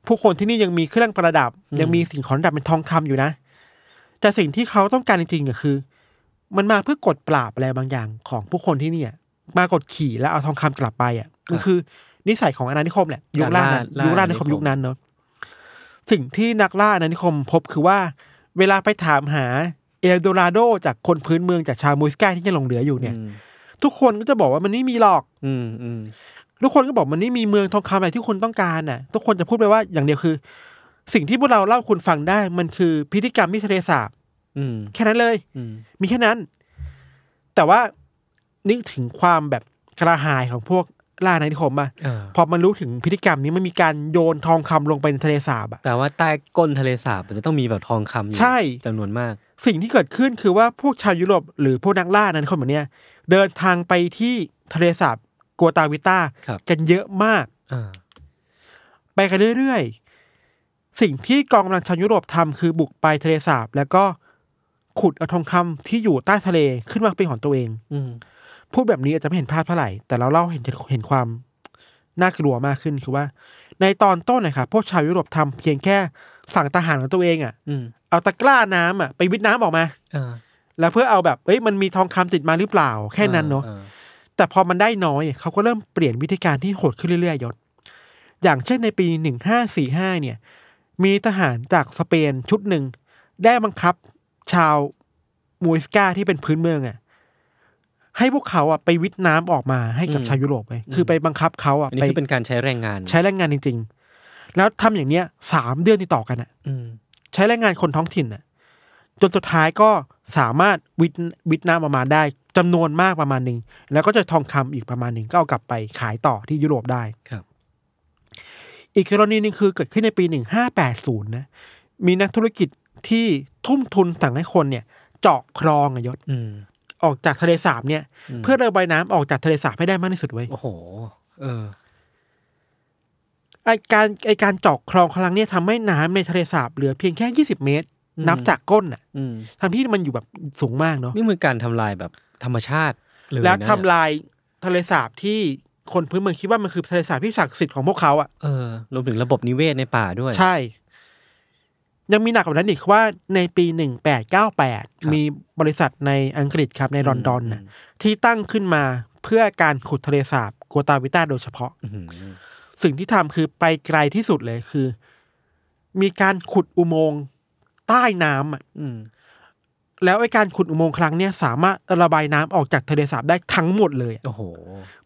ผู้คนที่นี่ยังมีเครื่องประดับ ยังมีสิ่งของประดับเป็นทองคำอยู่นะ แต่สิ่งที่เขาต้องการจริงๆก็คือ มันมาเพื่อกดปราบอะไรบางอย่างของผู้คนที่เนี่ยมากดขี่แล้วเอาทองคำกลับไปอ่ะมันคือนิสัยของอาณานิคมแหละยุคล่านะยุคล่าอาณานิคมยุคนั้นเนาะสิ่งที่นักล่าอาณานิคมพบคือว่า เวลาไปถามหาเอลโดราโดจากคนพื้นเมืองจากชาวมูสกาที่ยังหลงเหลืออยู่เนี่ย อืม ทุกคนก็จะบอกว่ามันไม่มีหรอก อืมอืม ทุกคนก็บอกมันไม่มีเมืองทองคำอะไรที่คุณต้องการน่ะ ทุกคนจะพูดไปว่าอย่างเดียวคือ สิ่งที่พวกเราเล่าคุณฟังได้ มันคือพิธีกรรมที่ทะเลสาบ อืม แค่นั้นเลย อืม มีแค่นั้น แต่ว่านึกถึงความแบบกระหายของพวกล่าอาณานิคมมา เออ พอมันรู้ถึงพิธีกรรมนี้มันมีการโยนทองคำลงไปในทะเลสาบอะ แต่ว่าใต้ก้นทะเลสาบมันจะต้องมีแบบทองคำอยู่ ใช่ จำนวนมาก สิ่งที่เกิดขึ้นคือว่าพวกชาวยุโรปหรือพวกนักล่าอาณานิคมแบบเนี้ยเดินทางไปที่ทะเลสาบกัวตาวิต้า ครับ กันเยอะมาก อ่า ไปกันเรื่อยๆ สิ่งที่กองกำลังชาวยุโรปทำคือบุกไปทะเลสาบ แล้วก็ขุดเอาทองคำที่อยู่ใต้ทะเลขึ้นมาเป็นของตัวเอง อืม พูดแบบนี้อาจจะไม่เห็นภาพเท่าไหร่ แต่เราเล่าเห็นเห็นความน่ากลัวมากขึ้นคือว่า ในตอนต้นนะครับพวกชาวยุโรปทำเพียงแค่สั่งทหารของตัวเองอะ่ะ อืม เอาตะกร้าน้ำอ่ะไปวิดน้ำออกมา อ่า แล้วเพื่อเอาแบบเอ้ยมันมีทองคำติดมาหรือเปล่า แค่นั้นเนาะ ออ แต่พอมันได้น้อยเขาก็เริ่มเปลี่ยนวิธีการที่โหดขึ้นเรื่อยๆยศ อย่างเช่นในปี 1545 เนี่ย มีทหารจากสเปนชุดหนึ่ง ได้บังคับชาวมูอิสกาที่เป็นพื้นเมืองอะ่ะให้พวกเขาอ่ะไปวิทย์น้ำออกมาให้กับชาวยุโรปไปคือไปบังคับเขาอ่ะ อันนี้ ไป คือเป็นการใช้แรงงาน ใช้แรงงานจริง ๆ แล้วทำอย่างเนี้ยสามเดือนติดต่อกันอ่ะ อืม ใช้แรงงานคนท้องถิ่นน่ะจนสุดท้ายก็สามารถวิทย์วิทย์น้ำประมาณได้จำนวนมากประมาณหนึ่งแล้วก็จะทองคำอีกประมาณหนึ่งก็เอากลับไปขายต่อที่ยุโรปได้ ครับ อีกกรณีหนึ่งคือเกิดขึ้นในปี 1580 นะ มีนักธุรกิจที่ทุ่มทุนสั่งให้คนเนี่ย เจาะคลองอะยศ อืม ออกจากทะเลสาบเนี่ย เพื่อระบายน้ำออกจากทะเลสาบให้ได้มากที่สุดไว้ย โอ้โห เออ ไอการไอการเจาะคลองครั้งเนี้ทำให้น้ำในทะเลสาบเหลือเพียงแค่ 20 เมตร อืม นับจากก้นอ่ะ อืม ทั้งที่มันอยู่แบบสูงมากเนาะ นี่คือการทำลายแบบธรรมชาติเลยนะ แล้วทำ เนี่ย ลายทะเลสาบที่คนพื้นเมืองคิดว่ามันคือทะเลสาบที่ศักดิ์สิทธิ์ของพวกเขาอ่ะ เออรวมถึงระบบนิเวศในป่าด้วย ใช่ ยังมีหนักกว่านั้นอีกว่าในปี 1898 มีบริษัทในอังกฤษครับในลอนดอนนะที่ตั้งขึ้นมาเพื่อการขุดทะเลสาบกัวตาวิต้าโดยเฉพาะ อื้อหือ สิ่งที่ทำคือไปไกลที่สุดเลยคือ มีการขุดอุโมงค์ใต้น้ำอะ อืม แล้วไอ้การขุดอุโมงค์ครั้งเนี้ยสามารถระบายน้ำออกจากทะเลสาบได้ทั้งหมดเลยอะ โอ้โห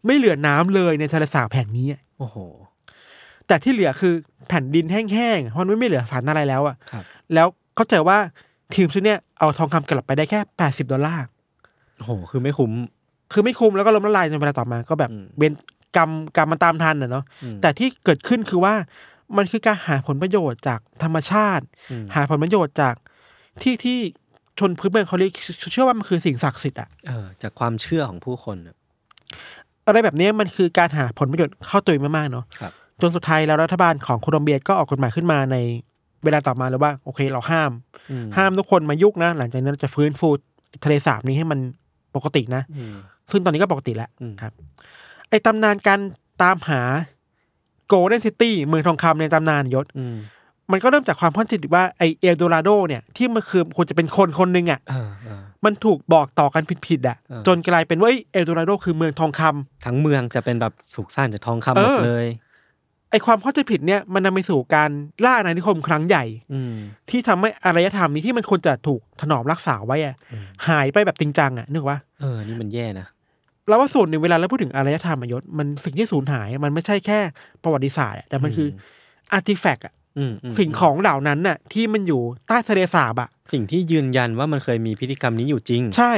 ไม่เหลือน้ำเลยในทะเลสาบแห่งนี้อะ โอ้โห แต่ที่เหลือคือแผ่นดินแห้งๆ เพราะมันไม่เหลือสารอะไรแล้วอะ ครับ แล้วเข้าใจว่าทีมชุดเนี่ยเอาทองคำกลับไปได้แค่ 80 ดอลลาร์ โอ้โห คือไม่คุ้ม คือไม่คุ้มแล้วก็ล้มละลายจนเวลาต่อมาก็แบบ อืม เวนกรรมกรรมมันตามทันน่ะเนาะ อืม แต่ที่เกิดขึ้นคือว่ามันคือการหาผลประโยชน์จากธรรมชาติ อืม หาผลประโยชน์จากที่ที่ชนพื้นเมืองเขาเรียกเชื่อว่ามันคือสิ่งศักดิ์สิทธิ์อะ เออ จากความเชื่อของผู้คนน่ะ อะไรแบบเนี้ยมันคือการหาผลประโยชน์เข้าตัวเองมากๆเนาะ ครับ จนสุดท้ายแล้วรัฐบาลของโคลอมเบียก็ออกกฎหมายขึ้นมาในเวลาต่อมาแล้วว่าโอเคเราห้าม อืม ห้ามทุกคนมายุ่งนะ หลังจากนั้นเราจะฟื้นฟูทะเลสาบนี้ให้มันปกตินะ อืม ซึ่งตอนนี้ก็ปกติแล้ว อืม ครับ ไอ้ตำนานการตามหาโกลเด้นซิตี้เมืองทองคำในตำนานยศ อืม มันก็เริ่มจากความเข้าใจผิดว่าไอเอลโดราโดเนี่ยที่มันคือควรจะเป็นคนคนหนึ่งอ่ะ เออเออ มันถูกบอกต่อกันผิดๆอ่ะ เออ จนกลายเป็นว่าเอลโดราโดคือเมืองทองคำ ทั้งเมืองจะเป็นแบบสุกสร้างจากทองคำหมด เออ เลย ไอความเข้าใจผิดเนี่ยมันนำไปสู่การล่าอาณานิคมครั้งใหญ่ อืม ที่ทำให้อารยธรรมนี้ที่มันควรจะถูกถนอมรักษาไว้อ่ะ อืม หายไปแบบจริงจังอ่ะนึกว่า เออ นี่มันแย่นะ เราว่าส่วนหนึ่งเวลาเราพูดถึงอารยธรรมอะยศมันสิ่งที่สูญหายอะมันไม่ใช่แค่ประวัติศาสตร์อะแต่มันคืออาร์ติแฟกต์อะ อืมอืม สิ่งของเหล่านั้นน่ะที่มันอยู่ใต้ทะเลสาบอะ สิ่งที่ยืนยันว่ามันเคยมีพิธีกรรมนี้อยู่จริง ใช่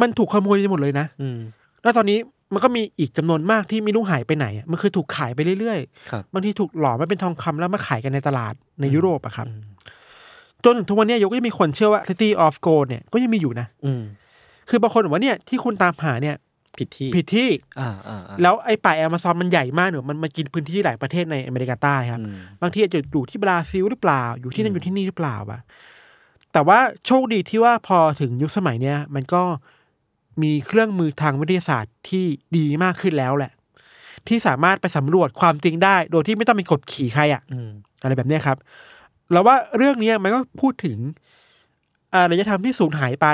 มันถูกขโมยไปหมดเลยนะ อืม แล้วตอนนี้มันก็มีอีกจำนวนมากที่ไม่รู้หายไปไหนอะมันคือถูกขายไปเรื่อย ครับ บางทีถูกหล่อมาเป็นทองคำแล้วมาขายกันในตลาดในยุโรปอะครับจนถึงทุกวันเนี้ยยกก็ยังมีคนเชื่อว่า City of Gold เนี่ยก็ยังมีอยู่นะ อืม คือบางคนบอกว่าเนี่ยที่คุณตามหาเนี่ย ผิดที่ ผิดที่ อ่าอ่าอ่า แล้วไอ้ป่าแอมะซอนมันใหญ่มากเนอะมันมากินพื้นที่หลายประเทศในอเมริกาใต้ครับ อืม บางทีอาจจะอยู่ที่บราซิลหรือเปล่า อยู่ที่นั่นอยู่ที่นี่หรือเปล่าวะแต่ว่าโชคดีที่ว่าพอถึงยุคสมัยเนี้ยมันก็มีเครื่องมือทางวิทยาศาสตร์ที่ดีมากขึ้นแล้วแหละ ที่สามารถไปสำรวจความจริงได้ โดยที่ไม่ต้องมีกดขี่ใครอะ อืม อะไรแบบเนี้ยครับ แล้วว่าเรื่องเนี้ยมันก็พูดถึงอารยธรรมที่สูญหายไป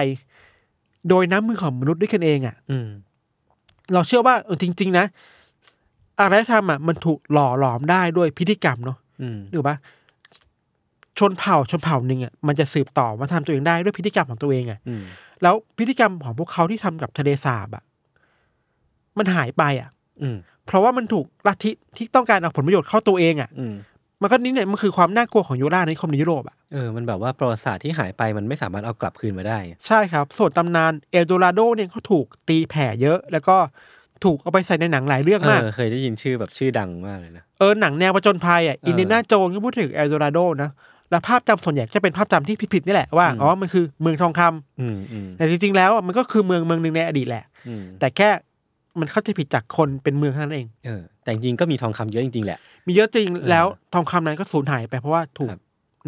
โดยน้ำมือของมนุษย์ด้วยกันเองอะ อืม เราเชื่อว่าเออจริง ๆ นะอารยธรรมอ่ะมันถูกหล่อหลอมได้ด้วยพิธีกรรมเนาะ อืม หรือว่าชนเผ่าชนเผ่าหนึ่งอ่ะมันจะสืบต่อมาทำตัวเองได้ด้วยพิธีกรรมของตัวเองอ่ะ อืม แล้วพิธีกรรมของพวกเขาที่ทำกับทะเลสาบอ่ะมันหายไปอ่ะ อืม เพราะว่ามันถูกลัทธิที่ต้องการเอาผลประโยชน์เข้าตัวเองอ่ะ อืม มันก็นี่เนี่ยมันคือความน่ากลัวของยุราในคมในยุโรปอ่ะ เออ มันแบบว่าประวัติศาสตร์ที่หายไปมันไม่สามารถเอากลับคืนมาได้ ใช่ครับ ส่วนตำนานเอลโดราโดเนี่ยก็ถูกตีแผ่เยอะ แล้วก็ถูกเอาไปใส่ในหนังหลายเรื่อง เอ มาก อ เคยได้ยินชื่อแบบชื่อดังมากเลยนะ เออหนังแนวประจนภัยอ่ะ เอออิ อินเดียนาโจนก็พูดถึงเอลโดราโดนะ แล้วภาพจำส่วนใหญ่จะเป็นภาพจำที่ผิดๆนี่แหละว่า อืม อ๋อมันคือเมืองทองคำ อืมอืม แต่จริงๆแล้วอ่ะมันก็คือเมืองเมืองหนึ่งในอดีตแหละ อืม แต่แค่มันเข้าใจผิดจากคนเป็นเมืองเท่านั้นเอง เออ แต่จริงๆก็มีทองคำเยอะจริงๆแหละ มีเยอะจริงแล้วทองคำนั้นก็สูญหายไปเพราะว่าถูก ครับ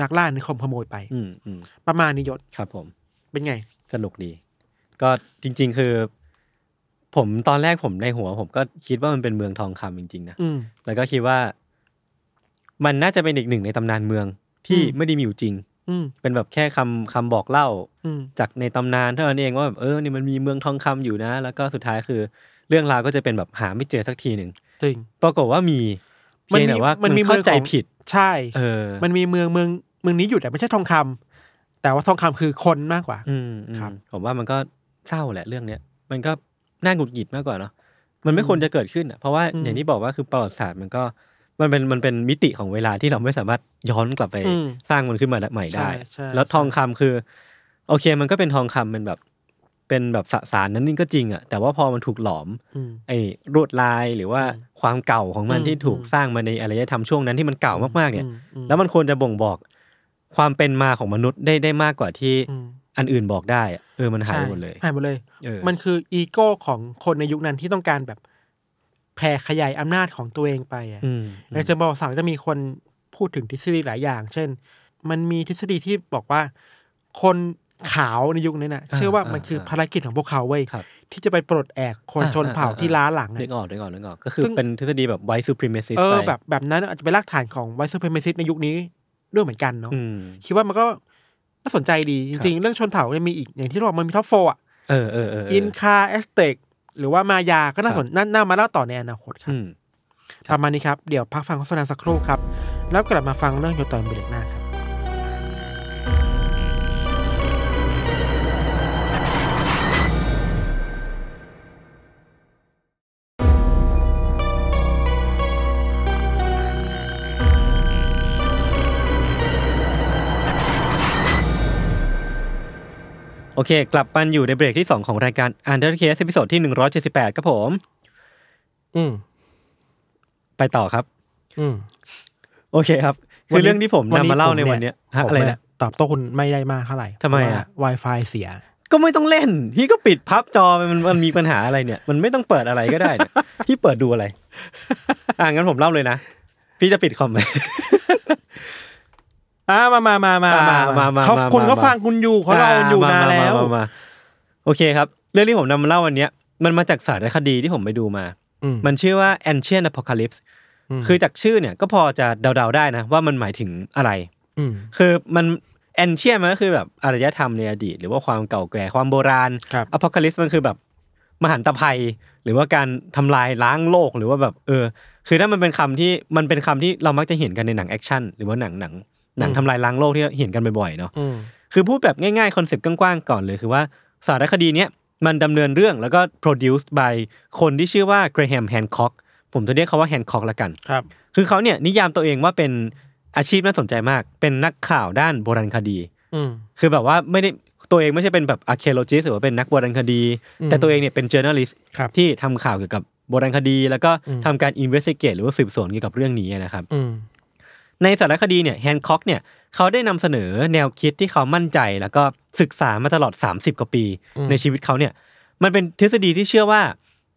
นักล่านิคมขโมยไป อืมอืม ประมาณนี้ยศ ครับผม เป็นไง สนุกดี ก็จริง ๆ คือ ผมตอนแรกผมในหัว ผมก็คิดว่ามันเป็นเมืองทองคำจริงๆนะ อืม แล้วก็คิดว่า มันน่าจะเป็นอีกหนึ่งในตำนานเมืองที่ อืม ไม่ได้มีอยู่จริง อืม เป็นแบบแค่คำคำบอกเล่า อืม จากในตำนานเท่านั้นเองว่าแบบเออนี่มันมีเมืองทองคำอยู่นะ แล้วก็สุดท้ายคือ เรื่องราวก็จะเป็นแบบหาไม่เจอสักทีหนึ่ง จริง ปรากฏว่ามี มัน เพียง มี แต่ว่า มั มัน น มี เข้าใจ เมืองของ ผิด ใช่ เออ มันมีเมืองเมืองเมืองนี้อยู่แต่ไม่ใช่ทองคำแต่ว่าทองคำคือคนมากกว่า อืมอืม ครับ ผมว่ามันก็เศร้าแหละเรื่องเนี้ยมันก็น่าหงุดหงิดมากกว่าเนาะมันไม่ควรจะเกิดขึ้นอะเพราะว่าอย่างที่บอกว่าคือประวัติศาสตร์มันก็มันเป็นมันเป็นมิติของเวลาที่เราไม่สามารถย้อนกลับไป อืม สร้างมันขึ้นมาใหม่ได้ ใช่ใช่ แล้วทองคำคือ โอเคมันก็เป็นทองคำเป็นแบบ เป็นแบบสสารนั้นนี่ก็จริงอะแต่ว่าพอมันถูกหลอม อืม ไอ้รวดลายหรือว่าความเก่าของมัน อืม ที่ถูก อืม สร้างมาในอารยธรรมช่วงนั้นที่มันเก่ามากๆเนี่ย อืมอืม แล้วมันควรจะบ่งบอกความเป็นมาของมนุษย์ได้ได้มากกว่าที่ อืม อันอื่นบอกได้อะเออมันหาย ใช่ หมดเลย หายหมดเลย เออ มันคืออีโก้ของคนในยุคนั้นที่ต้องการแบบแผ่ขยายอำนาจของตัวเองไปอ่ะ อืม ในเชิงประวัติศาสตร์จะมีคนพูดถึงทฤษฎีหลายอย่าง เช่น มันมีทฤษฎีที่บอกว่า คนขาวในยุคนั้นน่ะ เชื่อว่ามันคือภารกิจของพวกเขาเว้ย ครับ ที่จะไปปลดแอกคนชนเผ่าที่ล้าหลังอะ นึกออกนึกออกนึกออกก็คือ ซึ่ง เป็นทฤษฎีแบบ white supremacist เอไปอแบบแบบนั้นอาจจะเป็นรากฐานของไวซ์เพเมซิสในยุคนี้ด้วยเหมือนกันเนาะ อืม คิดว่ามันก็น่าสนใจดีจ ครับ ริง ๆ เรื่องชนเผ่าเนี่ยมีอีกอย่างที่เราบอกมันมีท็อปโฟอ่ะ เออเออเออเออ อินคาแอสเต็กหรือว่ามายาก็น่า ครับ สนน่าน่ามาเล่าต่อในอนาคตครับ อืม ครับ ประมาณนี้ครับ เดี๋ยวพักฟังโฆษณาสักครู่ครับ แล้วกลับมาฟังเรื่องโยตอนเบรกหน้าครับ โอเค กลับมาอยู่ในเบรกที่ 2 ของรายการ Under Case ตอนที่ 178 ครับผม อืม ไปต่อครับ อืม โอเคครับ คือเรื่องที่ผมนำมาเล่าในวันเนี้ยฮะอะไรนะ ตอบโต้คุณไม่ได้มากเท่าไหร่ ทำไมอะ เพราว่า Wi-Fi เสีย ก็ไม่ต้องเล่น พี่ก็ปิดพับจอไปมันมันมีปัญหาอะไรเนี่ย มันไม่ต้องเปิดอะไรก็ได้ [LAUGHS] เนี่ยพี่เปิดดูอะไร อ่ะงั้นผมเล่าเลยนะ พี่จะปิดคอมไหม อ่ามามามามามา มามา เขา มา คนเขา มา ฟังคุณอยู่เขารอคุณอยู่นานแล้ว มมมมโอเคครับ เรื่องที่ผมนำมาเล่าวันเนี้ยมันมาจากสารคดีที่ผมไปดูมา อืม มันชื่อว่า Ancient Apocalypse ม คือจากชื่อเนี่ยก็พอจะเดาๆได้นะ ว่ามันหมายถึงอะไร อืม คือมันแอนเชียมันก็คือแบบอารยธรรมในอดีต หรือว่าความเก่าแก่ความโบราณ ครับ อพอลิปส์มันคือแบบมหันตภัย หรือว่าการทำลายล้างโลกหรือว่าแบบเออ คือถ้ามันเป็นคำที่มันเป็นคำที่เรามักจะเห็นกันในหนังแอคชั่นหรือว่าหนังหนังหนังทำลายล้างโลกที่เห็นกันบ่อยๆเนาะ อืม คือพูดแบบง่ายๆคอนเซปต์กว้างๆก่อนเลยคือว่าสารคดีเนี้ยมันดำเนินเรื่องแล้วก็ produced by คนที่ชื่อว่าเกรแฮมแฮนค็อกผมจะเรียกเขาว่าแฮนค็อกละกัน ครับ คือเขาเนี่ยนิยามตัวเองว่าเป็นอาชีพน่าสนใจมาก เป็นนักข่าวด้านโบราณคดี อืม คือแบบว่าไม่ได้ตัวเองไม่ใช่เป็นแบบอาร์เคโลจิสหรือว่าเป็นนักโบราณคดี อืม แต่ตัวเองเนี่ยเป็น journalist ครับ ที่ทำข่าวเกี่ยวกับโบราณคดี แล้วก็ อืม ทำการ investigate หรือว่าสืบสวนเกี่ยวกับเรื่องนี้นะครับ อืม ในสารคดีเนี่ยแฮนค็อกเนี่ยเขาได้นำเสนอแนวคิดที่เขามั่นใจ แล้วก็ศึกษามาตลอด 30 กว่าปี อืม ในชีวิตเขาเนี่ยมันเป็นทฤษฎีที่เชื่อว่า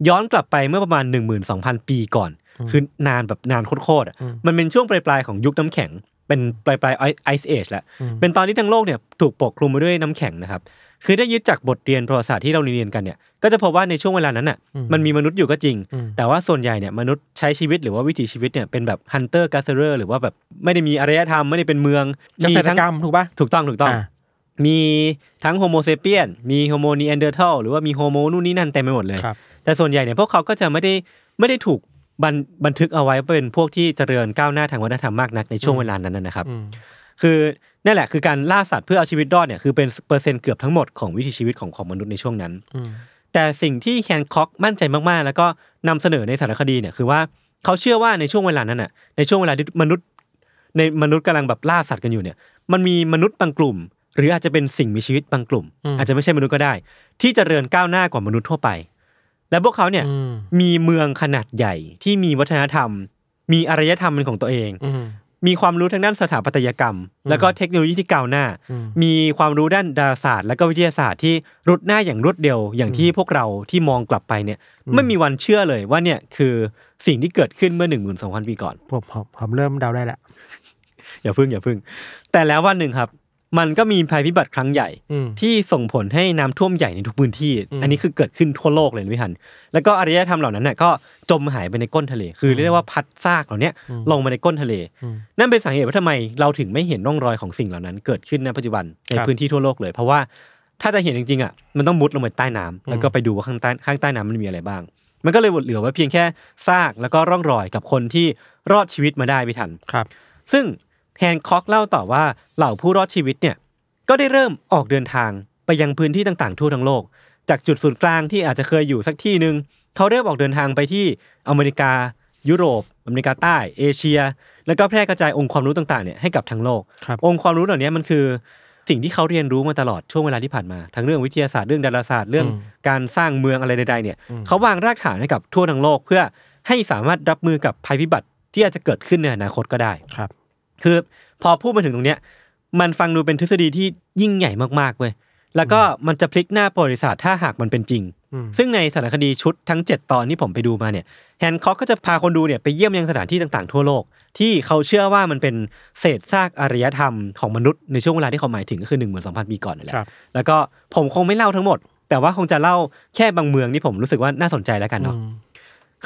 ย้อนกลับไปเมื่อประมาณ 12,000 ปีก่อน คือนานแบบนานโคตรๆอะมันเป็นช่วงปลายๆของยุคน้ำแข็ง เป็นปลายปลายไอซ์เอจแหละเป็นตอนที่ทั้งโลกเนี่ยถูกปกคลุมไปด้วยน้ำแข็งนะครับ คือได้ยึดจากบทเรียนประวัติศาสตร์ที่เราเรียนกันเนี่ยก็จะพบว่าในช่วงเวลานั้นน่ะมันมีมนุษย์อยู่ก็จริง แต่ว่าส่วนใหญ่เนี่ยมนุษย์ใช้ชีวิตหรือว่าวิถีชีวิตเนี่ยเป็นแบบฮันเตอร์กาเซอร์หรือว่าแบบไม่ได้มีอารยธรรมไม่ได้เป็นเมือง เกษตร ทั้ง กรรมถูกปะ ถูกต้องถูกต้อง อ่า มีทั้งโฮโมเซเปียน มีโฮโมนีแอนเดอร์ทัลหรือว่ามีโฮโมนู่นนี่นั่นเต็มไปหมดเลย ครับ แต่ส่วนใหญ่เนี่ยพวกเขาก็จะไม่ได้ไม่ได้ถูกบันบันทึกเอาไว้ว่าเป็นพวกที่เจริญก้าวหน้าทางวัฒนธรรมมากนักในช่วงเวลานั้นนะนะครับ อืม คือนั่นแหละคือการล่าสัตว์เพื่อเอาชีวิตรอดเนี่ยคือเป็นเปอร์เซ็นต์เกือบทั้งหมดของวิถีชีวิตของของมนุษย์ในช่วงนั้น อืม แต่สิ่งที่แคนคอกมั่นใจมาก ๆ แล้วก็นำเสนอในสารคดีเนี่ยคือว่าเขาเชื่อว่าในช่วงเวลานั้นน่ะในช่วงเวลาที่มนุษย์ในมนุษย์กำลังแบบล่าสัตว์กันอยู่เนี่ยมันมีมนุษย์บางกลุ่ม หรืออาจจะเป็นสิ่งมีชีวิตบางกลุ่ม อืม อาจจะไม่ใช่มนุษย์ก็ได้ ที่จเจริญก้าวหน้ากว่ามนุษย์ทั่วไป และพวกเขาเนี่ย อืม มีเมืองขนาดใหญ่ที่มีวัฒนธรรม มีอารยธรรมเป็นของตัวเอง อืม มีความรู้ทางด้านสถาปัตยกรรม แล้วก็เทคโนโลยีที่ก้าวหน้า อืม มีความรู้ด้านดาราศาสตร์ และก็วิทยาศาสตร์ที่รุดหน้าอย่างรวดเร็วอย่างที่พวกเราที่มองกลับไปเนี่ย ไม่มีวันเชื่อเลยว่าเนี่ยคือสิ่งที่เกิดขึ้นเมื่อ1 2 0 0 0ปีก่อน ผมผมผมเริ่มเดาได้ละ อย่าพึ่งอย่าพึ่ง แต่แล้ววันหนึ่งครับ มันก็มีภัยพิบัติครั้งใหญ่ อืม ที่ส่งผลให้น้ำท่วมใหญ่ในทุกพื้นที่ อืม อันนี้คือเกิดขึ้นทั่วโลกเลยนะพี่ทัน แล้วก็อารยธรรมเหล่านั้นน่ะก็จมหายไปในก้นทะเล คือเรียกได้ว่าพัดซากเหล่าเนี้ยลงมาในก้นทะเล นั่นเป็นสาเหตุว่าทำไมเราถึงไม่เห็นร่องรอยของสิ่งเหล่านั้น เกิดขึ้นในปัจจุบันใน ครับ พื้นที่ทั่วโลกเลย เพราะว่าถ้าจะเห็นจริงๆอ่ะมันต้องมุดลงไปใต้น้ำแล้วก็ไปดูว่าข้างใต้ข้างใต้น้ำมันมีอะไรบ้าง มันก็เลยเหลือไว้เพียงแค่ซากแล้วก็ร่องรอยกับคนที่รอดชีวิตมาได้พี่ทัน ครับ ซึ่งแฮนค o อกเล่าต่อว่าเหล่าผู้รอดชีวิตเนี่ยก็ได้เริ่มออกเดินทางไปยังพื้นที่ต่างๆ ทั่วทั้งโลก จากจุดศูนย์กลางที่อาจจะเคยอยู่สักที่หนึ่งเขาเริ่มออกเดินทางไปที่อเมริกา ยุโรป อเมริกาใต้ เอเชีย แล้วก็แพร่กระจายองค์ความรู้ต่างๆเนี่ยให้กับทั้งโลก ครับ องค์ความรู้เหล่านี้มันคือสิ่งที่เขาเรียนรู้มาตลอดช่วงเวลาที่ผ่านมา ทั้งเรื่องวิทยาศาสตร์เรื่องดาราศาสตร์เรื่อง อืม การสร้างเมืองอะไรใดๆเนี่ยเขาวางรากฐานให้กับทั่วทั้งโลก เพื่อให้สามารถรับมือกับภัยพิบัติที่อาจจะเกิดขึ้นในอนาคตก็ได้ ครับ คือพอพูดมาถึงตรงเนี้ยมันฟังดูเป็นทฤษฎีที่ยิ่งใหญ่มากๆเว้ยแล้วก็มันจะพลิกหน้าประวัติศาสตร์ถ้าหากมันเป็นจริง ซึ่งในสารคดีชุดทั้ง 7 ตอนที่ผมไปดูมาเนี่ยแฮนค o อกก็จะพาคนดูเนี่ยไปเยี่ยมยังสถานที่ต่างๆทั่วโลก ที่เขาเชื่อว่ามันเป็นเศษซากอารยธรรมของมนุษย์ในช่วงเวลาที่เขาหมายถึงก็คือ1 2 0 0 0 ปีก่อนนั่นแหละ ครับ แล้วก็ผมคงไม่เล่าทั้งหมด แต่ว่าคงจะเล่าแค่บางเมืองที่ผมรู้สึกว่าน่าสนใจแล้วกันเนาะ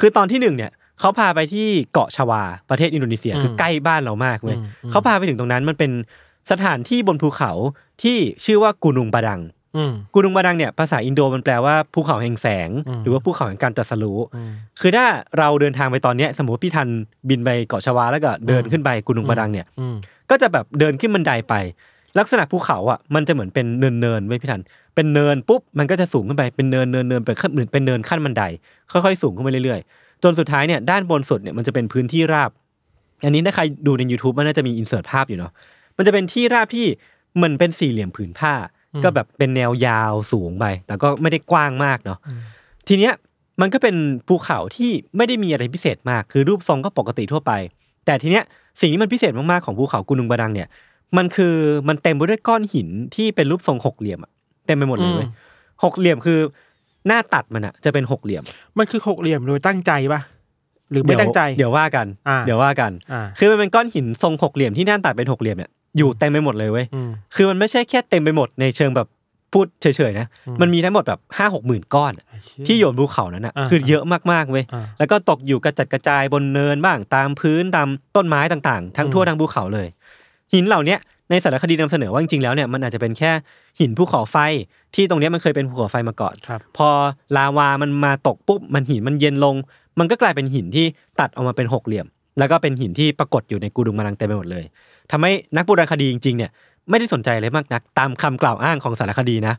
คือตอนที่หนึ่งเนี่ยเขาพาไปที่เกาะชวาประเทศอินโดนีเซีย อืม คือใกล้บ้านเรามากเว้ย อืมอืม เขาพาไปถึงตรงนั้นมันเป็นสถานที่บนภูเขาที่ชื่อว่ากูนุงบาดัง อืม กูนุงบาดังเนี่ยภาษาอินโดมันแปลว่าภูเขาแห่งแสง อืม หรือว่าภูเขาแห่งการตรัสรู้ อืม คือถ้าเราเดินทางไปตอนเนี้ยสมมติพี่ทันบินไปเกาะชวาแล้วก็เดิน อืม ขึ้นไปกูนุงบาดังเนี่ย อืม ก็จะแบบเดินขึ้นบันไดไป ลักษณะภูเขาอ่ะมันจะเหมือนเป็นเนินเนินๆไว้ยพี่ทันเป็นเนินปุ๊บมันก็จะสูงขึ้นไปเป็นเนินเนินเนินเป็นขั้นเหมือนเป็นเนินขั้นบันได ค่อยๆสูงขึ้นไปเรื่อยๆ จนสุดท้ายเนี่ยด้านบนสุดเนี่ยมันจะเป็นพื้นที่ราบ อันนี้ถ้าใครดูใน YouTube มันน่าจะมีอินเสิร์ตภาพอยู่เนาะมันจะเป็นที่ราบที่เหมือนเป็นสี่เหลี่ยมผืนผ้า อืม ก็แบบเป็นแนวยาวสูงไปแต่ก็ไม่ได้กว้างมากเนาะทีเนี้ยมันก็เป็นภูเขาที่ไม่ได้มีอะไรพิเศษมากคือรูปทรงก็ปกติทั่วไป แต่ทีเนี้ยสิ่งที่มันพิเศษมากๆของภูเขากุนุงบาดังเนี่ย มันคือมันเต็มไปด้วยก้อนหินที่เป็นรูปทรงหกเหลี่ยมอะเต็มไปหมดเลยเว้ย อืม หกเหลี่ยมคือหน้าตัดมันอะจะเป็นหกเหลี่ยม มันคือหกเหลี่ยมโดยตั้งใจปะหรือไม่ เดี๋ยว ตั้งใจ เดี๋ยวว่ากัน อ่า เดี๋ยวว่ากัน อ่า คือมันเป็นก้อนหินทรงหกเหลี่ยมที่หน้าตัดเป็นหกเหลี่ยมเนี่ยอยู่เต็มไปหมดเลยเว้ย อืม คือมันไม่ใช่แค่เต็มไปหมดในเชิงแบบพูดเฉยๆนะ มันมีทั้งหมดแบบห้าหกหมื่นก้อนอะที่อยู่บนภูเขานั้นอะ อ่า คือเยอะมากๆเว้ย อ่า แล้วก็ตกอยู่กระจัดกระจายบนเนินบ้างตามพื้นตามต้นไม้ต่างๆ ทั้งทั่วทั้งภูเขาเลย หินเหล่าเนี้ยในสารคดีนำเสนอว่าจริงๆแล้วเนี่ยมันอาจจะเป็นแค่หินภูเขาไฟที่ตรงเนี้ยมันเคยเป็นภูเขาไฟมาก่อน ครับ พอลาวามันมาตกปุ๊บมันหินมันเย็นลง มันก็กลายเป็นหินที่ตัดออกมาเป็นหกเหลี่ยม แล้วก็เป็นหินที่ปรากฏอยู่ในกูดุงมานังเต็มไปหมดเลยทำให้นักโบราณคดีจริงๆเนี่ยไม่ได้สนใจอะไรมากนัก ตามคำกล่าวอ้างของสารคดีนะ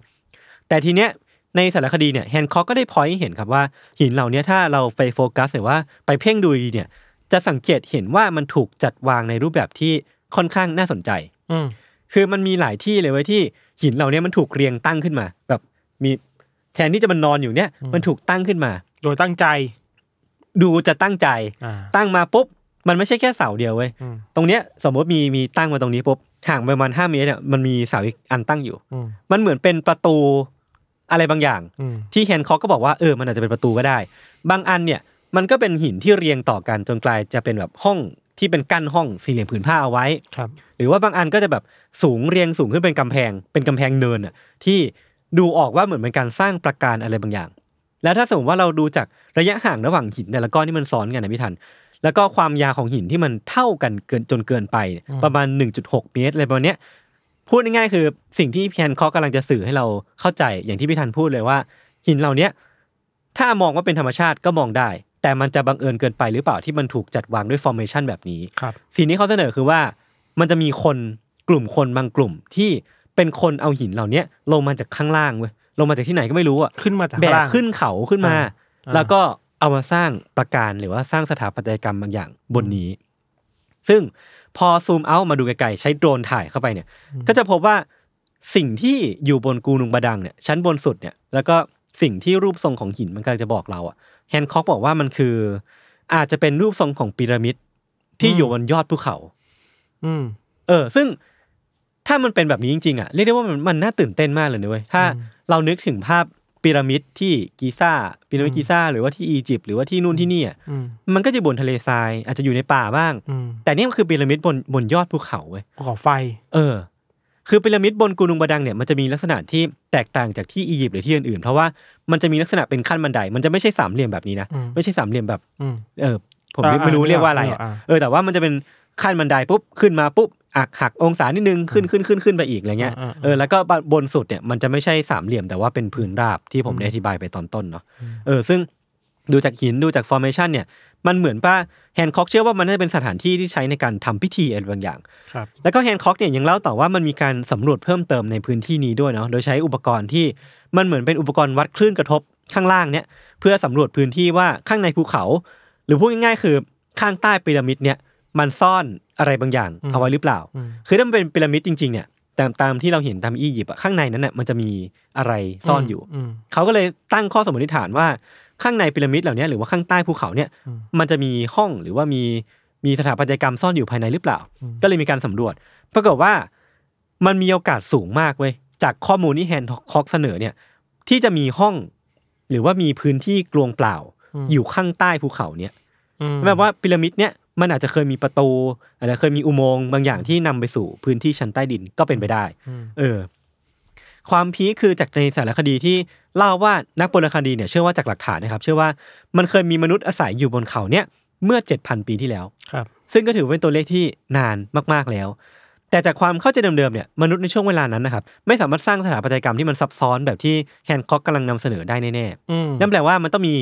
แต่ทีเนี้ยในสารคดีเนี่ยแฮนค o อกก็ได้พอยต์ให้เห็นครับว่า หินเหล่าเนี้ยถ้าเราไปโฟกัสหรือว่าไปเพ่งดูดีๆเนี่ยจะสังเกตเห็นว่ามันถูกจัดวางในรูปแบบที่ค่อนข้างน่าสนใจ อืม คือมันมีหลายที่เลยเว้ยที่หินเหล่าเนี้ยมันถูกเรียงตั้งขึ้นมา แบบมีแทนที่จะมันนอนอยู่เนี่ย มันถูกตั้งขึ้นมา โดยตั้งใจ ดูจะตั้งใจ อ่า ตั้งมาปุ๊บมันไม่ใช่แค่เสาเดียวเว้ย อืม ตรงเนี้ยสมมติมีมีตั้งมาตรงนี้ปุ๊บห่างไปประมาณห้าเมตรเนี่ยมันมีเสาอีกอันตั้งอยู่ อืม มันเหมือนเป็นประตูอะไรบางอย่าง อืม ที่แฮนคอกก็บอกว่าเออมันอาจจะเป็นประตูก็ได้ บางอันเนี่ยมันก็เป็นหินที่เรียงต่อกันจนกลายจะเป็นแบบห้องที่เป็นกั้นห้องสี่เหลี่ยมผืนผ้าเอาไว้ ครับ หรือว่าบางอันก็จะแบบสูงเรียงสูงขึ้นเป็นกำแพง เป็นกำแพงเนินอ่ะที่ดูออกว่าเหมือนเป็นการสร้างประการอะไรบางอย่าง แล้วถ้าสมมติว่าเราดูจากระยะห่างระหว่างหินแต่ละก้อนที่มันซ้อนกันนะพี่ทัน แล้วก็ความยาวของหินที่มันเท่ากันเกินจนเกินไปเนี่ยประมาณ 1.6 เมตรอะไรประมาณเนี้ยพูดง่ายๆคือสิ่งที่แพนคอกกำลังจะสื่อให้เราเข้าใจอย่างที่พี่ทันพูดเลยว่า หินเหล่าเนี้ยถ้ามองว่าเป็นธรรมชาติก็มองได้ แต่มันจะบังเอิญเกินไปหรือเปล่าที่มันถูกจัดวางด้วยฟอร์เมชันแบบนี้ ครับ สิ่งที่เขาเสนอคือว่ามันจะมีคนกลุ่มคนบางกลุ่มที่เป็นคนเอาหินเหล่าเนี้ยลงมาจากข้างล่างเว้ยลงมาจากที่ไหนก็ไม่รู้อะ ขึ้นมาจาก แบก ล่าง ขึ้นเขาขึ้นมา อ่าอ่า แล้วก็เอามาสร้างประการหรือว่าสร้างสถาปัตยกรรมบางอย่างบนนี้ ซึ่งพอซูมเอาท์มาดูไกลๆใช้โดรนถ่ายเข้าไปเนี่ย ก็จะพบว่าสิ่งที่อยู่บนกูนุงบาดังเนี่ยชั้นบนสุดเนี่ยแล้วก็สิ่งที่รูปทรงของหินมันกำลังจะบอกเราอะแฮนคอกบอกว่ามันคือ อาจจะเป็นรูปทรงของพีระมิดที่อยู่บนยอดภูเขา อืม เออซึ่งถ้ามันเป็นแบบนี้จริงๆอ่ะเรียกได้ว่ามันมันน่าตื่นเต้นมากเลยนะเว้ยถ้าเรานึกถึงภาพพีระมิดที่กีซ่าพีระมิดกีซ่าหรือว่าที่อียิปต์หรือว่าที่นู่นที่นี่อ่ะ อืม มันก็จะบนทะเลทรายอาจจะอยู่ในป่าบ้าง อืม แต่เนี่ยมันคือพีระมิดบนบนยอดภูเขาเว้ย ขอไฟ เออ คือพีระมิดบนกูนุงบาดังเนี่ยมันจะมีลักษณะที่แตกต่างจากที่อียิปต์หรือที่อื่นๆ เพราะว่ามันจะมีลักษณะเป็นขั้นบันได มันจะไม่ใช่สามเหลี่ยมแบบนี้นะ อืม ไม่ใช่สามเหลี่ยมแบบ อืม เออผม อ่า ไม่รู้ อ่า เรียกว่าอะไรอะ อ่าอ่า เออแต่ว่ามันจะเป็นขั้นบันไดปุ๊บขึ้นมาปุ๊บหักหักองศานิดนึงขึ้นขึ้นขึ้นขึ้นไปอีกอะไรเงี้ยเออแล้วก็บนสุดเนี่ยมันจะไม่ใช่สามเหลี่ยมแต่ว่าเป็นพื้นราบที่ผมได้อธิบายไปตอนต้นเนาะเออซึ่งดูจากหินดูจากฟอร์เมชันเนี่ยมันเหมือนป้าแฮนค็อกเชื่อว่ามันน่าจะเป็นสถานที่ที่ใช้ในการทำพิธีอะไรบางอย่าง ครับ แล้วก็แฮนค็อกเนี่ยยังเล่าต่อว่ามันมีการสำรวจเพิ่มเติมในพื้นที่นี้ด้วยเนาะโดยใช้อุปกรณ์ที่มันเหมือนเป็นอุปกรณ์วัดคลื่นกระทบข้างล่างเนี่ยเพื่อสำรวจพื้นที่ว่าข้างในภูเขา หรือพูดง่ายๆคือข้างใต้พีระมิดเนี่ยมันซ่อนอะไรบางอย่างเอาไว้หรือเปล่า คือถ้ามันเป็นพีระมิดจริงๆเนี่ยตามตามที่เราเห็นตามอียิปต์อะข้างในนั้นน่ะมันจะมีอะไรซ่อนอยู่ อืม เขาก็เลยตั้งข้อสมมติฐานว่าข้างในพีระมิดเหล่านี้หรือว่าข้างใต้ภูเขาเนี่ย อืม มันจะมีห้องหรือว่ามีมีสถาปัตยกรรมซ่อนอยู่ภายในหรือเปล่า อืม ก็เลยมีการสำรวจ ปรากฏว่ามันมีโอกาสสูงมากเว้ยจากข้อมูลที่แฮนคอกเสนอเนี่ยที่จะมีห้อง หรือว่ามีพื้นที่กลวงเปล่า อยู่ข้างใต้ภูเขาเนี่ย อืม แบบว่าพีระมิดเนี่ยมันอาจจะเคยมีประตู อาจจะเคยมีอุโมงค์บางอย่างที่นำไปสู่พื้นที่ชั้นใต้ดินก็เป็นไปได้ อืม เออ ความพีคคือจากในสารคดีที่เล่าว่านักโบราณคดีเนี่ยเชื่อว่าจากหลักฐานนะครับ เชื่อว่ามันเคยมีมนุษย์อาศัยอยู่บนเขาเนี่ยเมื่อ 7,000 ปีที่แล้ว ครับ ซึ่งก็ถือเป็นตัวเลขที่นานมากๆแล้ว แต่จากความเข้าใจเดิมๆเนี่ยมนุษย์ในช่วงเวลานั้นนะครับไม่สามารถสร้างสถาปัตยกรรมที่มันซับซ้อนแบบที่แฮนค็อกกำลังนำเสนอได้แน่ๆ อืม นั่นแปลว่ามันต้องมี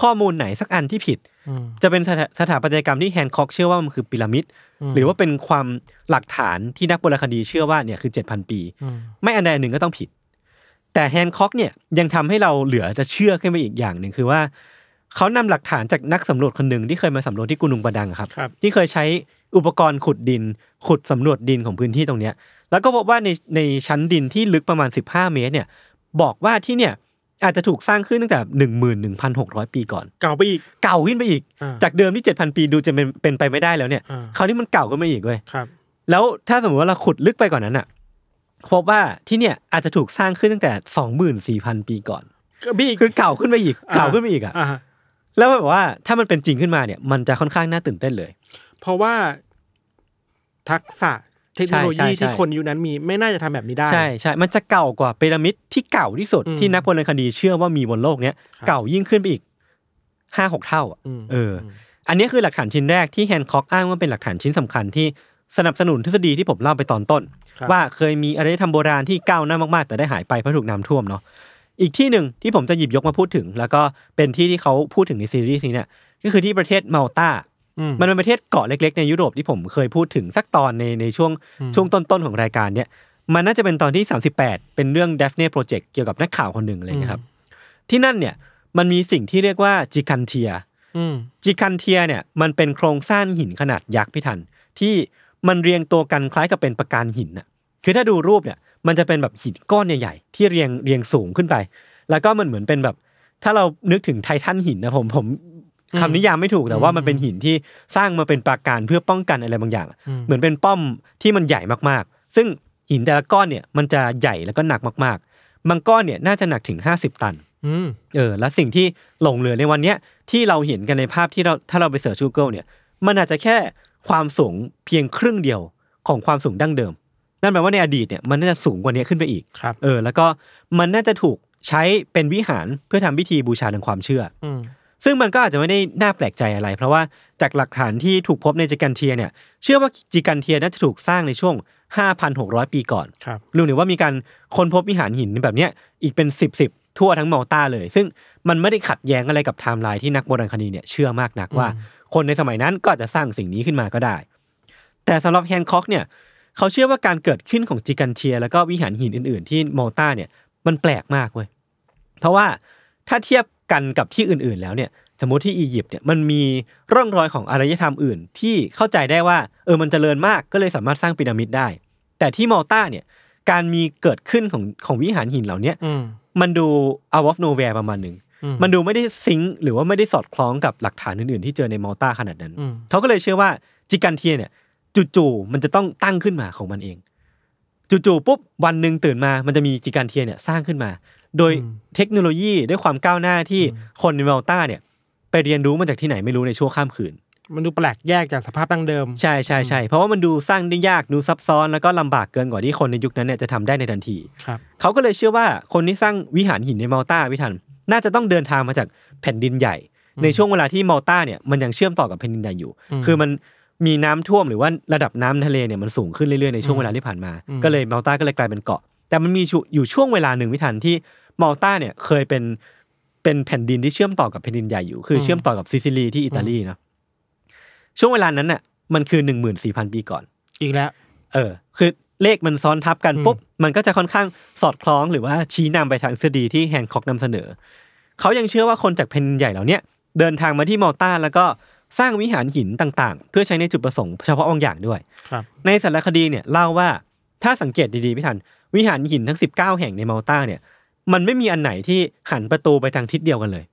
ข้อมูลไหนสักอันที่ผิด อืม จะเป็นสถาสถาปัตยกรรมที่แฮนค็อกเชื่อว่ามันคือพีระมิด อืม หรือว่าเป็นความหลักฐานที่นักโบราณคดีเชื่อว่าเนี่ยคือ 7,000 ปี อืม ไม่อันใดอันหนึ่งก็ต้องผิด แต่แฮนค็อกเนี่ยยังทำให้เราเหลือจะเชื่อขึ้นไปอีกอย่างหนึ่งคือว่า เขานำหลักฐานจากนักสำรวจคนหนึ่งที่เคยมาสำรวจที่กุนุงปะดังอะครับ ครับ ที่เคยใช้อุปกรณ์ขุดดิน ขุดสำรวจดินของพื้นที่ตรงเนี้ย แล้วก็พบว่าในในชั้นดินที่ลึกประมาณ 15 เมตรเนี่ย บอกว่าที่เนี่ยอาจจะถูกสร้างขึ้นตั้งแต่ 11,600 ปีก่อน เก่าไปอีก เก่าขึ้นไปอีก อ่า จากเดิมที่ 7,000 ปีดูจะเป็นเป็นไปไม่ได้แล้วเนี่ย อ่า คราวนี้มันเก่าขึ้นมาอีกเว้ย ครับ แล้วถ้าสมมติว่าเราขุดลึกไปกว่านนั้นอ่ะพบว่าที่เนี่ยอาจจะถูกสร้างขึ้นตั้งแต่สองหมื่นสี่พันปีก่อน ก็บี้อีก คือเก่าขึ้นไปอีกเก่าขึ้นไปอีกอ่ะ อ่าฮะ แล้วแบบว่าถ้ามันเป็นจริงขึ้นมาเนี่ยมันจะค่อนข้างน่าตื่นเต้นเลย เพราะว่า ทักษะเทคโนโล ใช่ใช่ยีที่ ใช่ คนยุคนั้นมีไม่น่าจะทำแบบนี้ได้ ใช่ใช่มันจะเก่ากว่าพีระมิดที่เก่าที่สุด อืม ที่นักโบราณคดีเชื่อว่ามีบนโลกเนี้ย ครับ เก่ายิ่งขึ้นไปอีกห้าหกเท่าอะ อืม เอออ อันนี้คือหลักฐานชิ้นแรกที่แฮนคอกอ้างว่าเป็นหลักฐานชิ้นสำคัญที่สนับสนุนทฤษฎีที่ผมเล่าไปตอนต้น ครับ ว่าเคยมีอารยธรรมโบราณที่ก้าวหน้ามากๆ แต่ได้หายไปเพราะถูกน้ำท่วมเนาะอีกที่หนึ่งที่ผมจะหยิบยกมาพูดถึง แล้วก็เป็นที่ที่เขาพูดถึงในซีรีส์นี้เนี่ยก็คือที่ประเทศมาลตา อืม มันเป็นประเทศเกาะเล็ก ๆ ในยุโรปที่ผมเคยพูดถึงสักตอนในในช่วงช่วงต้นๆของรายการเนี่ยมันน่าจะเป็นตอนที่ 38 เป็นเรื่อง Daphne Project เกี่ยวกับนักข่าวคนหนึ่งอะไรนะครับที่นั่นเนี่ยมันมีสิ่งที่เรียกว่าจิคันเทีย อืม จิคันเทียเนี่ยมันเป็นโครงสร้างหินขนาดยักษ์พี่ทัน ที่มันเรียงตัวกันคล้ายกับเป็นประการหินน่ะคือถ้าดูรูปเนี่ยมันจะเป็นแบบหินก้อนใหญ่ๆที่เรียงเรียงสูงขึ้นไป แล้วก็มันเหมือนเป็นแบบ ถ้าเรานึกถึงไททันหินนะผมผมคำนิยามไม่ถูกแต่ว่ามันเป็นหินที่สร้างมาเป็นปราการเพื่อป้องกันอะไรบางอย่าง อืม เหมือนเป็นป้อมที่มันใหญ่มากๆ ซึ่งหินแต่ละก้อนเนี่ยมันจะใหญ่แล้วก็หนักมากๆบางก้อนเนี่ยน่าจะหนักถึง 50 ตัน อืม เออและสิ่งที่หลงเหลือในวันเนี้ยที่เราเห็นกันในภาพที่เราถ้าเราไปเสิร์ช Google เนี่ยมันอาจจะแค่ความสูงเพียงครึ่งเดียวของความสูงดั้งเดิม นั่นแปลว่าในอดีตเนี่ยมันน่าจะสูงกว่านี้ขึ้นไปอีก ครับ เออแล้วก็มันน่าจะถูกใช้เป็นวิหารเพื่อทำพิธีบูชาทางความเชื่อ อืม ซึ่งมันก็อาจจะไม่ได้น่าแปลกใจอะไร เพราะว่าจากหลักฐานที่ถูกพบในจิกันเทียเนี่ยเชื่อว่าจิกันเทียน่าจะถูกสร้างในช่วง 5,600 ปีก่อน ครับ รวมถึงว่ามีการค้นพบวิหารหินแบบเนี้ยอีกเป็นสิบสิบทั่วทั้งมอลตาเลย ซึ่งมันไม่ได้ขัดแย้งอะไรกับไทม์ไลน์ที่นักโบราณคดีเนี่ยเชื่อมากนักว่า คนในสมัยนั้นก็อาจจะสร้างสิ่งนี้ขึ้นมาก็ได้ แต่สำหรับแฮนค็อกเนี่ยเขาเชื่อว่าการเกิดขึ้นของจิกันเทีย แล้วก็วิหารหินอื่น ๆ ที่มอลตาเนี่ยมันแปลกมากเว้ยเพราะว่าถ้าเทียบกันกับที่อื่น ๆ แล้วเนี่ยสมมติที่อียิปต์เนี่ยมันมีร่องรอยของอารยธรรมอื่น ที่เข้าใจได้ว่าเออมันเจริญมากก็เลยสามารถสร้างพีระมิดได้ แต่ที่มอลตาเนี่ย การมีเกิดขึ้นของของวิหารหินเหล่าเนี้ย อืม มันดู out of nowhere ประมาณหนึ่ง อืม มันดูไม่ได้ซิงค์หรือว่าไม่ได้สอดคล้องกับหลักฐานอื่นๆ ที่เจอในมอลตาขนาดนั้น อืม เขาก็เลยเชื่อว่าจิกันเทียเนี่ยจู่ๆมันจะต้องตั้งขึ้นมาของมันเอง จู่ๆปุ๊บวันหนึ่งตื่นมามันจะมีจิกันเทียเนี่ยสร้างขึ้นมา โดยเทคโนโลยีด้วยความก้าวหน้าที่คนในมอลตาเนี่ยไปเรียนรู้มาจากที่ไหนไม่รู้ในชั่วข้ามคืน มันดูแปลกแยกจากสภาพดั้งเดิม ใช่ใช่ใช่เพราะว่ามันดูสร้างได้ยากดูซับซ้อนแล้วก็ลำบากเกินกว่าที่คนในยุคนั้นเนี่ยจะทำได้ในทันที ครับ เขาก็เลยเชื่อว่าคนที่สร้างวิหารหินในมาลตาพิทัน น่าจะต้องเดินทางมาจากแผ่นดินใหญ่ ในช่วงเวลาที่มาลตาเนี่ยมันยังเชื่อมต่อกับแผ่นดินใหญ่อยู่ อืม คือมันมีน้ำท่วมหรือว่าระดับน้ำทะเลเนี่ยมันสูงขึ้นเรื่อยๆในช่วงเวลาที่ผ่านมา อืม ก็เลยมาลตาก็เลยกลายเป็นเกาะ แต่มันมีชุอยู่ช่วงเวลาหนึ่งพิทันที่มาลตาเนี่ยเคยเป็นเป็นแผ่นดินที่เชื่อมต่อกับแผ่นดินใหญ่อยู่คือเชื่อมต่อกับซิซิลีที่อิตาลีเนาะช่วงเวลานั้นน่ะมันคือหนึ่งหมื่นสี่พันปีก่อน อีกแล้ว เออคือเลขมันซ้อนทับกัน อืม ปุ๊บมันก็จะค่อนข้างสอดคล้องหรือว่าชี้นำไปทางทฤษฎีที่แฮนคอกนำเสนอ เขายังเชื่อว่าคนจากแผ่นดินใหญ่เหล่าเนี้ยเดินทางมาที่มอลตาแล้วก็สร้างวิหารหินต่างๆ เพื่อใช้ในจุดประสงค์เฉพาะบางอย่างด้วย ครับ ในสารคดีเนี่ยเล่าว่าถ้าสังเกตดีๆพี่ทัน วิหารหินทั้ง 19 แห่งในมอลตาเนี่ยมันไม่มีอันไหนที่หันประตูไปทางทิศเดียวกันเลย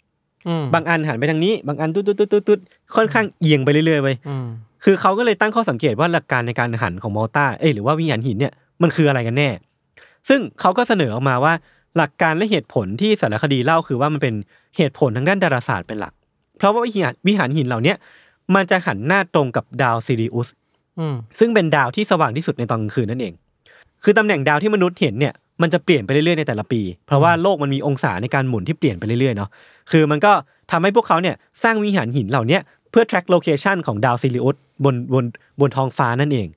อืม บางอันหันไปทางนี้บางอันตุ๊ดตุ๊ดตุ๊ดตุ๊ดๆๆๆค่อนข้างเอียงไปเรื่อยๆเว้ย อืม คือเขาก็เลยตั้งข้อสังเกตว่าหลักการในการหันของมอลตาเอ้ยหรือว่าวิหารหินเนี่ยมันคืออะไรกันแน่ ซึ่งเขาก็เสนอออกมาว่า หลักการและเหตุผลที่สารคดีเล่าคือว่ามันเป็นเหตุผลทางด้านดาราศาสตร์เป็นหลัก เพราะว่าวิหารวิหารหินเหล่าเนี้ยมันจะหันหน้าตรงกับดาวซิริอุส อืม ซึ่งเป็นดาวที่สว่างที่สุดในตอนกลางคืนนั่นเอง คือตำแหน่งดาวที่มนุษย์เห็นเนี่ยมันจะเปลี่ยนไปเรื่อยๆในแต่ละปี เพราะว่าโลกมันมีองศาในการหมุนที่เปลี่ยนไปเรื่อยๆเนาะ คือมันก็ทำให้พวกเขาเนี่ยสร้างวิหารหินเหล่าเนี้ยเพื่อ track location ของดาวซิลิอุสบนบนบนท้องฟ้านั่นเอง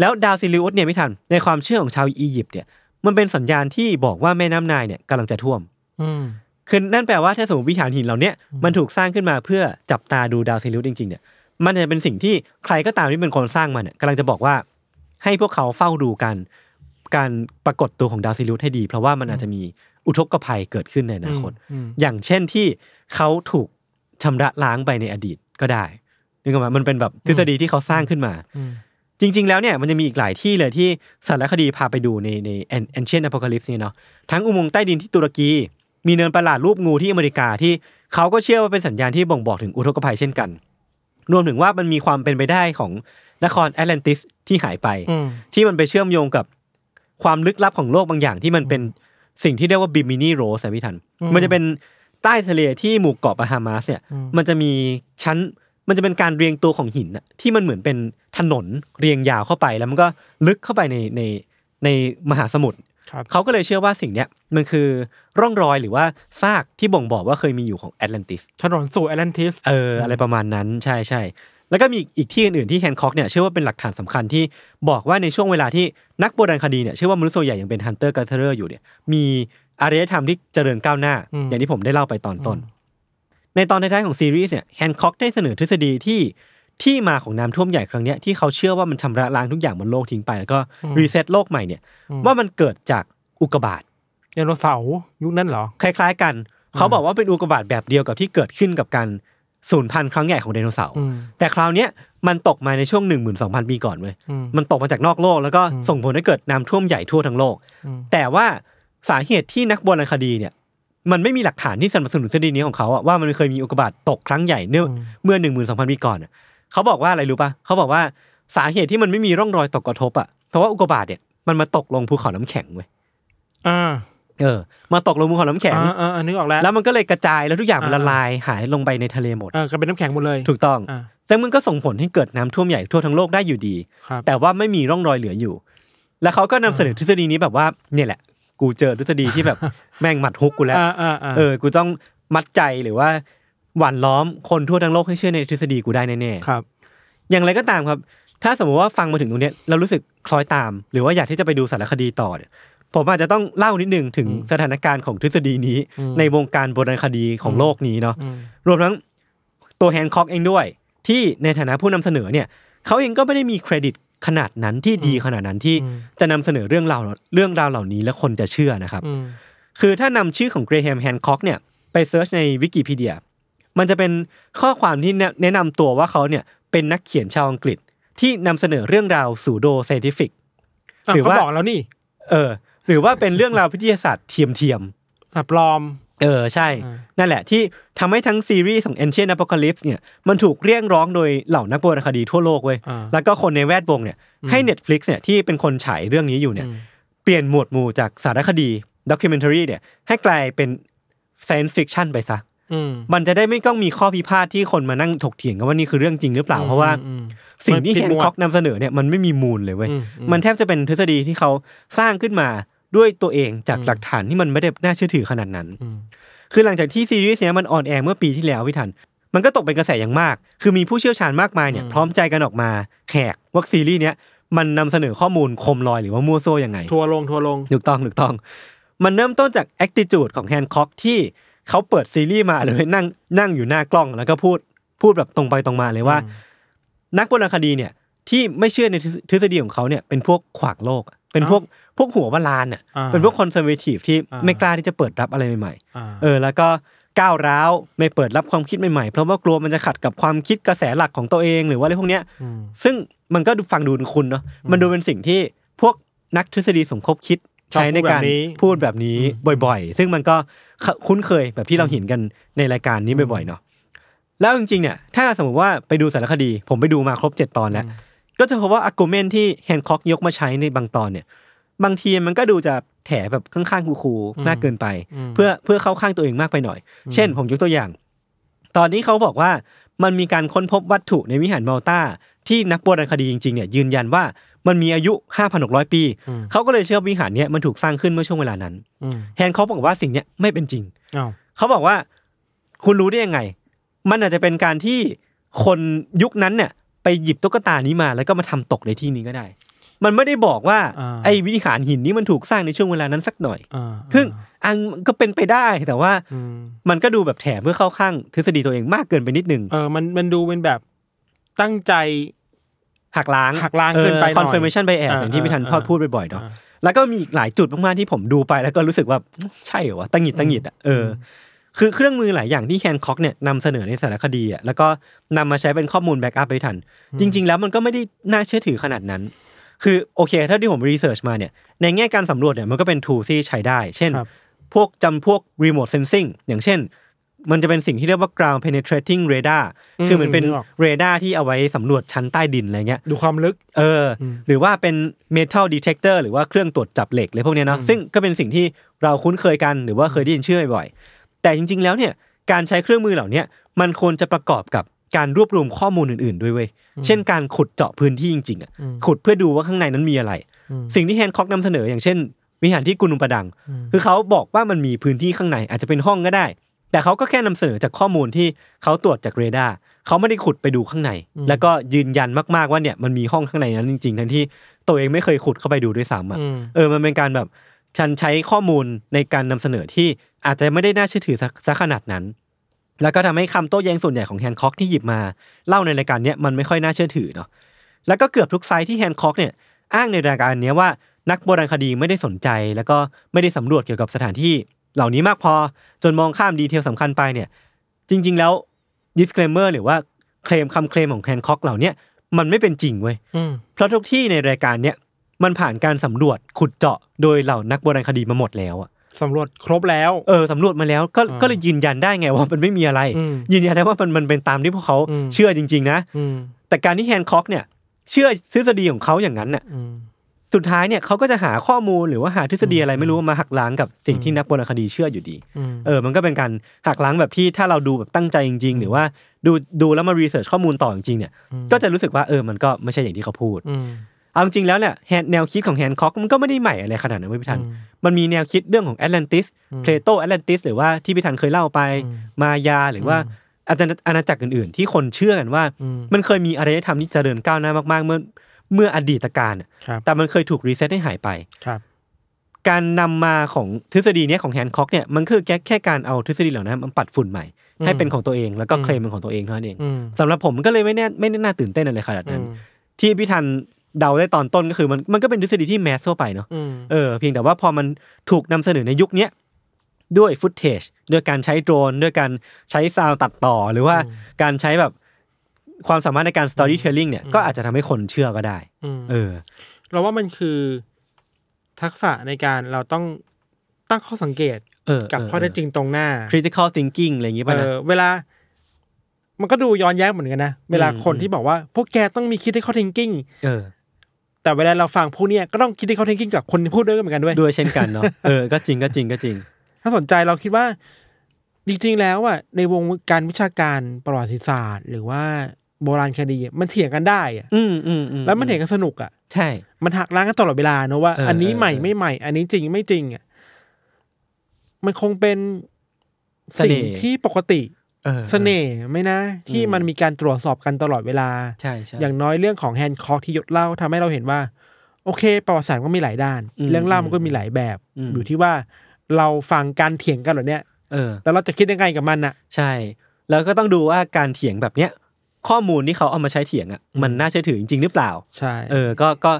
แล้วดาวซิลิอุสเนี่ยไม่ทัน ในความเชื่อของชาวอียิปต์เนี่ยมันเป็นสัญญาณที่บอกว่าแม่น้ำไนายเนี่ยกำลังจะท่วม อืม คือนั่นแปลว่าถ้าสมมติวิหารหินเหล่าเนี้ยมันถูกสร้างขึ้นมาเพื่อจับตาดูดาวซิลิอุสจริงๆเนี่ยมันจะเป็นสิ่งที่ใครก็ตามที่เป็นคนสร้างมันเนี่ยกำลังจะบอกว่า ให้พวกเขาเฝ้าดูการการปรากฏตัวของดาวซิลิอุสให้ดี เพราะว่ามันอาจจะมีอุทกภัยเกิดขึ้นในอนาคต อืม อย่างเช่นที่เขาถูกชำระล้างไปในอดีตก็ได้นึกออกไหมามันเป็นแบบทฤษฎีที่เขาสร้างขึ้นมา อืม จริง ๆ แล้วเนี่ยมันจะมีอีกหลายที่เลยที่สารคดีพาไปดูในใน Ancient Apocalypse เนี่ยเนาะทั้งอุโมงค์ใต้ดินที่ตุรกี มีเนินประหลาดรูปงูที่อเมริกาที่เขาก็เชื่อว่าเป็นสัญญาณที่บ่งบอกถึงอุทกภัยเช่นกัน รวมถึงว่ามันมีความเป็นไปได้ของนครแอตแลนติสที่หายไป อืม ที่มันไปเชื่อมโยงกับความลึกลับของโลกบางอย่างที่มันเป็นสิ่งที่เรียกว่าบิมินีโรสพี่ทัน อืม มันจะเป็นใต้ทะเลที่หมู่เกาะบาฮามาสเนี่ย อืม มันจะมีชั้น มันจะเป็นการเรียงตัวของหินน่ะที่มันเหมือนเป็นถนนเรียงยาวเข้าไปแล้วมันก็ลึกเข้าไปในในในมหาสมุทร ครับ เขาก็เลยเชื่อว่าสิ่งเนี้ยมันคือร่องรอยหรือว่าซากที่บ่งบอกว่าเคยมีอยู่ของแอตแลนติส ถนนสู่แอตแลนติส เอออะไรประมาณนั้นใช่ใช่แล้วก็มีอีกที่อื่นๆที่แฮนค o อกเนี่ยเชื่อว่าเป็นหลักฐานสำคัญที่บอกว่าในช่วงเวลาที่นักโบราณคดีเนี่ยเชื่อว่ามนุษย์ส่วนใหญ่ยังเป็นฮันเตอร์การ์เทอร์อยู่เนี่ยมีอารยธรรมที่เจริญก้าวหน้า อืม อย่างที่ผมได้เล่าไปตอนต้น ในตอนท้ายๆของซีรีส์เนี่ยแฮนค o อกได้เสนอทฤษฎีที่ที่มาของน้ำท่วมใหญ่ครั้งเนี้ยที่เขาเชื่อว่ามันชำระล้างทุกอย่างบนโลกทิ้งไปแล้วก็รีเซ็ตโลกใหม่เนี่ยว่ามันเกิดจากอุกกาบาต ไดโนเสาร์ยุคนั้นเหรอ คล้ายๆกัน เขาบอกว่าเป็นอุกกาบาตแบบเดียวกับที่เกิดขึ้นกับการสูญพันธุ์ครั้งใหญ่ของไดโนเสาร์ อืม แต่คราวเนี้ยมันตกมาในช่วง 1 2 0 0 0 ปีก่อนเว้ย อืม มันตกมาจากนอกโลกแล้วก็ส่งผลให้เกิดน้ำท่วมใหญ่ทั่วทั้งโลก อืม แต่ว่าสาเหตุที่นักโบราณคดีเนี่ย มันไม่มีหลักฐานที่สนับสนุนทฤษฎีนี้ของเขาอะว่ามันเคยมีอุกกาบาตตกครั้งใหญ่เนื่อเมื่อ 1 2 0 0 0 ปีก่อนอะเขาบอกว่าอะไรรู้ปะเขาบอกว่าสาเหตุที่มันไม่มีร่องรอยตกกระทบอะเพราะว่าอุกกาบาตเนี่ยมันมาตกลงภูเขาน้ำแข็งเว้ย อ่า เออ มาตกลงภูเขาน้ำแข็ง อ่าอ่าอ่านึกออกแล้ว แล้วมันก็เลยกระจายแล้วทุกอย่างมัน อ่า ละลายหายลงไปในทะเลหมด เออก็เป็นน้ำแข็งหมดเลย ถูกต้อง อ่า ซึ่งมันก็ส่งผลให้เกิดน้ำท่วมใหญ่ทั่วทั้งโลกได้อยู่ดี ครับ แต่ว่าไม่มีร่องรอยเหลืออยู่ แล้วเขาก็นำเสนอทฤษฎีนี้แบบว่าเนี่ยแหละ กูเจอทฤษฎีที่แบบ [LAUGHS] แม่งมัดฮุกกูแล้ว อ่าอ่าอ่า เออ กูต้องมัดใจหรือว่าหว่านล้อมคนทั่วทั้งโลกให้เชื่อในทฤษฎีกูได้แน่ๆ ครับ อย่างไรก็ตามครับ ถ้าสมมติว่าฟังมาถึงตรงเนี้ยเรารู้สึกคล้อยตาม หรือว่าอยากที่จะไปดูสารคดีต่อเนี่ย ผมอาจจะต้องเล่านิดนึงถึงสถานการณ์ของทฤษฎีนี้ ในวงการโบราณคดีของโลกนี้เนาะ อืม รวมทั้งตัวแฮนค o อกเองด้วย ที่ในฐานะผู้นำเสนอเนี่ย เขาเองก็ไม่ได้มีเครดิตขนาดนั้นที่ดีขนาดนั้นที่จะนำเสนอเรื่องราวเรื่องราวเหล่านี้และคนจะเชื่อนะครับ อืม คือถ้านำชื่อของเกรแฮมแฮนค o อกเนี่ยไปเซิร์ชในวิกิพีเดีย มันจะเป็นข้อความที่แนะแนะนำตัวว่าเขาเนี่ยเป็นนักเขียนชาวอังกฤษที่นำเสนอเรื่องราวสูโดเซนติฟิก อ่ะ หรือ เขา ว่า บอกแล้วนี่ เออ หรือว่าเป็นเรื่องราววิทยาศาสตร์เทียมเทียมๆ สับปลอม เออ ใช่ อ่า นั่นแหละที่ทำให้ทั้งซีรีส์ของ Ancient Apocalypse เนี่ยมันถูกเรียกร้องโดยเหล่านักโบราณคดีทั่วโลกเว้ย อ่า แล้วก็คนในแวดวงเนี่ยให้ Netflix เนี่ยที่เป็นคนฉายเรื่องนี้อยู่เนี่ย อืม เปลี่ยนหมวดหมู่จากสารคดีด็อกิเมนทารีเนี่ยให้กลายเป็น science fiction ไปซะ อืม มันจะได้ไม่ต้องมีข้อพิพาทที่คนมานั่งถกเถียงกันว่านี่คือเรื่องจริงหรือเปล่าเพราะว่า อืม สิ่งที่ มันผิ แฮนดหมวด ค o อกนำเสนอเนี่ยมันไม่มีมูลเลยเว้ย อืมอืม มันแทบจะเป็นทฤษฎีที่เขาสร้างขึ้นมาด้วยตัวเองจาก อืม หลักฐานที่มันไม่ได้น่าเชื่อถือขนาดนั้น อืม คือหลังจากที่ซีรีส์เนี้ยมันออนแอร์เมื่อปีที่แล้วพี่ทัน มันก็ตกเป็นกระแสอย่างมาก คือมีผู้เชี่ยวชาญมากมายเนี่ยพร้อมใจกันออกมาแหกว่าซีรีส์เนี้ยมันนำเสนอข้อมูลคมลอยหรือว่ามั่วซั่วยังไง ทัวร์ลงทัวร์ลง ถูกต้องถูกต้อง มันเริ่มต้นจาก attitude ของแฮนค็อกที่เขาเปิดซีรีส์มาเลยนั่งนั่งอยู่หน้ากล้องแล้วก็พูดพูดแบบตรงไปตรงมาเลยว่า อืม นักโบราณคดีเนี่ยที่ไม่เชื่อในทฤษทฤษฎีของเขาเนี่ยเป็นพวกขวางโลกอะเป็นพวกพวกหัววลานอ่ะ อ่า เป็นพวกคอนเซอร์เวทีฟที่ อ่า ไม่กล้าที่จะเปิดรับอะไรใหม่ อ่า ๆเออแล้วก็ก้าวร้าวไม่เปิดรับความคิดใหม่ๆ เพราะว่ากลัวมันจะขัดกับความคิดกระแสหลักของตัวเองหรือว่าอะไรพวกเนี้ย ม ซึ่งมันก็ดูฟังดูคุณเนาะ มันดูเป็นสิ่งที่พวกนักทฤษฎีสมคบคิด ชอบ ใช้ในการ พูดแบบนี้ พูดแบบนี้บ่อยๆ ซึ่งมันก็คุ้นเคยแบบที่เราเห็นกันในรายการนี้บ่อยๆเนาะ แล้วจริงๆ เนี่ย ถ้าสมมติว่าไปดูสารคดี ผมไปดูมาครบ 7 ตอนแล้ว ก็จะพบว่าอาร์กิเมนที่แฮนค็อกยกมาใช้ในบางตอนเนี่ย บางทีมันก็ดูจะแถแบบข้างๆคูๆมากเกินไป เพื่อเพื่อเข้าข้างตัวเองมากไปหน่อย เช่น ผมยกตัวอย่าง ตอนนี้เขาบอกว่ามันมีการค้นพบวัตถุในวิหารมาลตาที่นักโบราณคดีจริงๆเนี่ยยืนยันว่ามันมีอายุ 5,600 ปี อืม เขาก็เลยเชื่อว่าวิหารเนี่ยมันถูกสร้างขึ้นเมื่อช่วงเวลานั้น อืม แฮนเขาบอกว่าสิ่งเนี้ยไม่เป็นจริง อ้าว เขาบอกว่าคุณรู้ได้ยังไง มันอาจจะเป็นการที่คนยุคนั้นเนี่ยไปหยิบตุ๊กตานี้มาแล้วก็มาทำตกในที่นี้ก็ได้ มันไม่ได้บอกว่า า ไอ้วิหารหินนี้มันถูกสร้างในช่วงเวลานั้นสักหน่อย อ่า ซึ่งอังก็เป็นไปได้แต่ว่า อืม มันก็ดูแบบแถมเพื่อเข้าข้างทฤษฎีตัวเองมากเกินไปนิดนึง เออมันมันดูเป็นแบบตั้งใจ หักล้าง หักล้างเกินไปหน่อย คอนเฟิร์มชันไปแอบ เออ อย่างที่พี่ทัน เออ พอดพูดบ่อยๆเนาะ เออ แล้วก็มีอีกหลายจุดมากๆที่ผมดูไปแล้วก็รู้สึกว่า ใช่เหรอวะตังหงิดตังหงิดอ่ะเอออคือเครื่องมือหลายอย่างที่แฮนค็อกเนี่ยนำเสนอในสารคดีอ่ะแล้วก็นำมาใช้เป็นข้อมูลแบ็กอัพไปทัน จริง ๆ แล้วมันก็ไม่ได้น่าเชื่อถือขนาดนั้น คือโอเคเท่าที่ผมรีเสิร์ชมาเนี่ยในแง่การสำรวจเนี่ยมันก็เป็นทูซี่ใช้ได้ เช่น ครับ พวกจำพวก remote sensing อย่างเช่น มันจะเป็นสิ่งที่เรียกว่า ground penetrating radar อืม คือเหมือนเป็น นึกออก เรดาร์ที่เอาไว้สำรวจชั้นใต้ดินอะไรเงี้ย ดูความลึก เอออ ม หรือว่าเป็น metal detector หรือว่าเครื่องตรวจจับเหล็กอะไรพวกเนี้ยเนาะ ซึ่งก็เป็นสิ่งที่เราคุ้นเคยกันหรือว่าเคยได้ยินชื่อบ่อยๆ แต่จริง ๆ แล้วเนี่ย การใช้เครื่องมือเหล่าเนี้ยมันควรจะประกอบกับการรวบรวมข้อมูลอื่น ๆ ด้วยเว้ย เช่นการขุดเจาะพื้นที่จริงๆอ่ะ อืม ขุดเพื่อดูว่าข้างในนั้นมีอะไร อืม สิ่งที่แฮนค็อกนำเสนออย่างเช่น วิหารที่กุนุมปะดัง อืม คือเขาบอกว่ามันมีพื้นที่ข้างในอาจจะเป็นห้องก็ได้ แต่เขาก็แค่นำเสนอจากข้อมูลที่เขาตรวจจากเรดาร์เขาไม่ได้ขุดไปดูข้างใน แล้วก็ยืนยันมากๆว่าเนี่ยมันมีห้องข้างในนั้นจริงๆทั้งที่ตัวเองไม่เคยขุดเข้าไปดูด้วยซ้ำอะ อืม เออมันเป็นการแบบฉันใช้ข้อมูลในการนำเสนอที่อาจจะไม่ได้น่าเชื่อถือสักสักขนาดนั้น แล้วก็ทำให้คำโต้แย้งส่วนใหญ่ของแฮนค็อกที่หยิบมาเล่าในรายการเนี้ยมันไม่ค่อยน่าเชื่อถือเนาะ แล้วก็เกือบทุกไซต์ที่แฮนค็อกเนี่ยอ้างในรายการเนี้ยว่านักโบราณคดีไม่ได้สนใจ แล้วก็ไม่ได้สำรวจเกี่ยวกับสถานที่ เหล่านี้มากพอจนมองข้ามดีเทลสำคัญไปเนี่ย จริง ๆ แล้ว disclaimer หรือว่าเคลมคำเคลมของแฮนค็อกเหล่าเนี้ยมันไม่เป็นจริงเว้ย อืม เพราะทุกที่ในรายการเนี้ยมันผ่านการสำรวจขุดเจาะโดยเหล่านักโบราณคดีมาหมดแล้วอะ สำรวจครบแล้ว เออสำรวจมาแล้วก็ อ่า ก็เลยยืนยันได้ไงว่ามันไม่มีอะไร อืม ยืนยันได้ว่ามันมันเป็นตามที่พวกเขา อืม เชื่อจริง ๆ นะ อืม แต่การที่แฮนค็อกเนี่ยเชื่อทฤษฎีของเขาอย่างนั้นน่ะ อืม สุดท้ายเนี่ยเขาก็จะหาข้อมูลหรือว่าหาทฤษฎีอะไรไม่รู้มาหักล้างกับสิ่งที่นักโบราณคดีเชื่ออยู่ดี อืม เออ มันก็เป็นการหักล้างแบบที่ถ้าเราดูแบบตั้งใจจริง ๆ หรือว่าดูดูแล้วมารีเสิร์ชข้อมูลต่อจริงๆเนี่ย ก็จะรู้สึกว่าเออ มันก็ไม่ใช่อย่างที่เขาพูด อืม เอาจริงๆแล้วเนี่ยแฮนแนวคิดของแฮนค็อกมันก็ไม่ได้ใหม่อะไรขนาดนั้นเว้ยพี่ทัน มันมีแนวคิดเรื่องของแอตแลนติส เพลโตแอตแลนติสหรือว่าที่พี่ทันเคยเล่าไป มายาหรือว่าอาจารย์อาณาจักรอื่นๆ ที่คนเชื่อกันว่า อืม มันเคยมีอารยธรรมที่เจริญก้าวหน้ามากๆ เมื่อเมื่ออดีตการน่ะ ครับ แต่มันเคยถูกรีเซ็ตให้หายไป ครับ การนำมาของทฤษฎีเนี้ยของแฮนค็อกเนี่ยมันคือแค่แค่การเอาทฤษฎีเหล่านั้นมันปัดฝุ่นใหม่ ให้เป็นของตัวเองแล้วก็เคลมเป็นของตัวเองเท่านั้นเอง อืม สำหรับผมมันก็เลยไม่แน่ไม่ได้น่าตื่นเต้นอะไรขนาดนั้น อืม ที่พี่ทันเดาได้ตอนต้นก็คือมันมันก็เป็นทฤษฎีที่แมสทั่วไปเนาะ อืม เออเพียงแต่ว่าพอมันถูกนำเสนอในยุคเนี้ยด้วยฟุตเทจด้วยการใช้โดรน ด้วยการใช้ซาวด์ตัดต่อ หรือว่าการใช้แบบความสามารถในการสตอรี่เทลลิ่งเนี่ยก็อาจจะทำให้คนเชื่อก็ได้ อืม เออ เราว่ามันคือทักษะในการเราต้องตั้งข้อสังเกต เออ กับข้อเท็จจริงตรงหน้า critical thinking อะไรอย่างงี้ป่ะ เอ นะ อเวลา มันก็ดูย้อนแย้งเหมือนกันนะ เวลา อืม คนที่บอกว่าพวกแกต้องมีคิดให้เขาทิงกิ้ง เออ แต่เวลาเราฟังพวกเนี้ยก็ต้องคิดให้เขาทิงกิ้งกับ [LAUGHS] คนที่พูดด้วยกันเหมือนกันด้วย ด้วยเช่นกันเนาะ เออ ก็จริงก็จริงก็จริง ถ้าสนใจเราคิดว่า จริงๆแล้วอ่ะในวงการวิชาการประวัติศาสตร์ หรือว่าโบราณคดีอะมันเถียงกันได้อ่ะ อืมอืมอืม แล้วมันเถียงกันสนุกอ่ะ ใช่ มันหักล้างกันตลอดเวลาเนอะว่า เอออั อันนี้ใหม่ เออเออ ไม่ใหม่ อันนี้จริงไม่จริงอ่ะมันคงเป็น เส สิ่ น่ ง ห์ ที่ปกติ ออ เสน่ห์ไหมนะ ที่ อืม มันมีการตรวจสอบกันตลอดเวลา ใช่ใช่ อย่างน้อยเรื่องของแฮนด์คอกที่ยศเล่าทำให้เราเห็นว่า โอเค ประวัติศาสตร์ก็มีหลายด้าน อืม เรื่องเล่ามันก็มีหลายแบบ อืม อยู่ที่ว่าเราฟังการเถียงกันเหรอเนี่ย เออ แล้วเราจะคิดยังไงกับมันอ่ะ ใช่ แล้วก็ต้องดูว่าการเถียงแบบเนี้ย ข้อมูลที่เขาเอามาใช้เถียงอ่ะมันน่าเชื่อถือจริงๆหรือเปล่า ใช่ เออ ก็ก็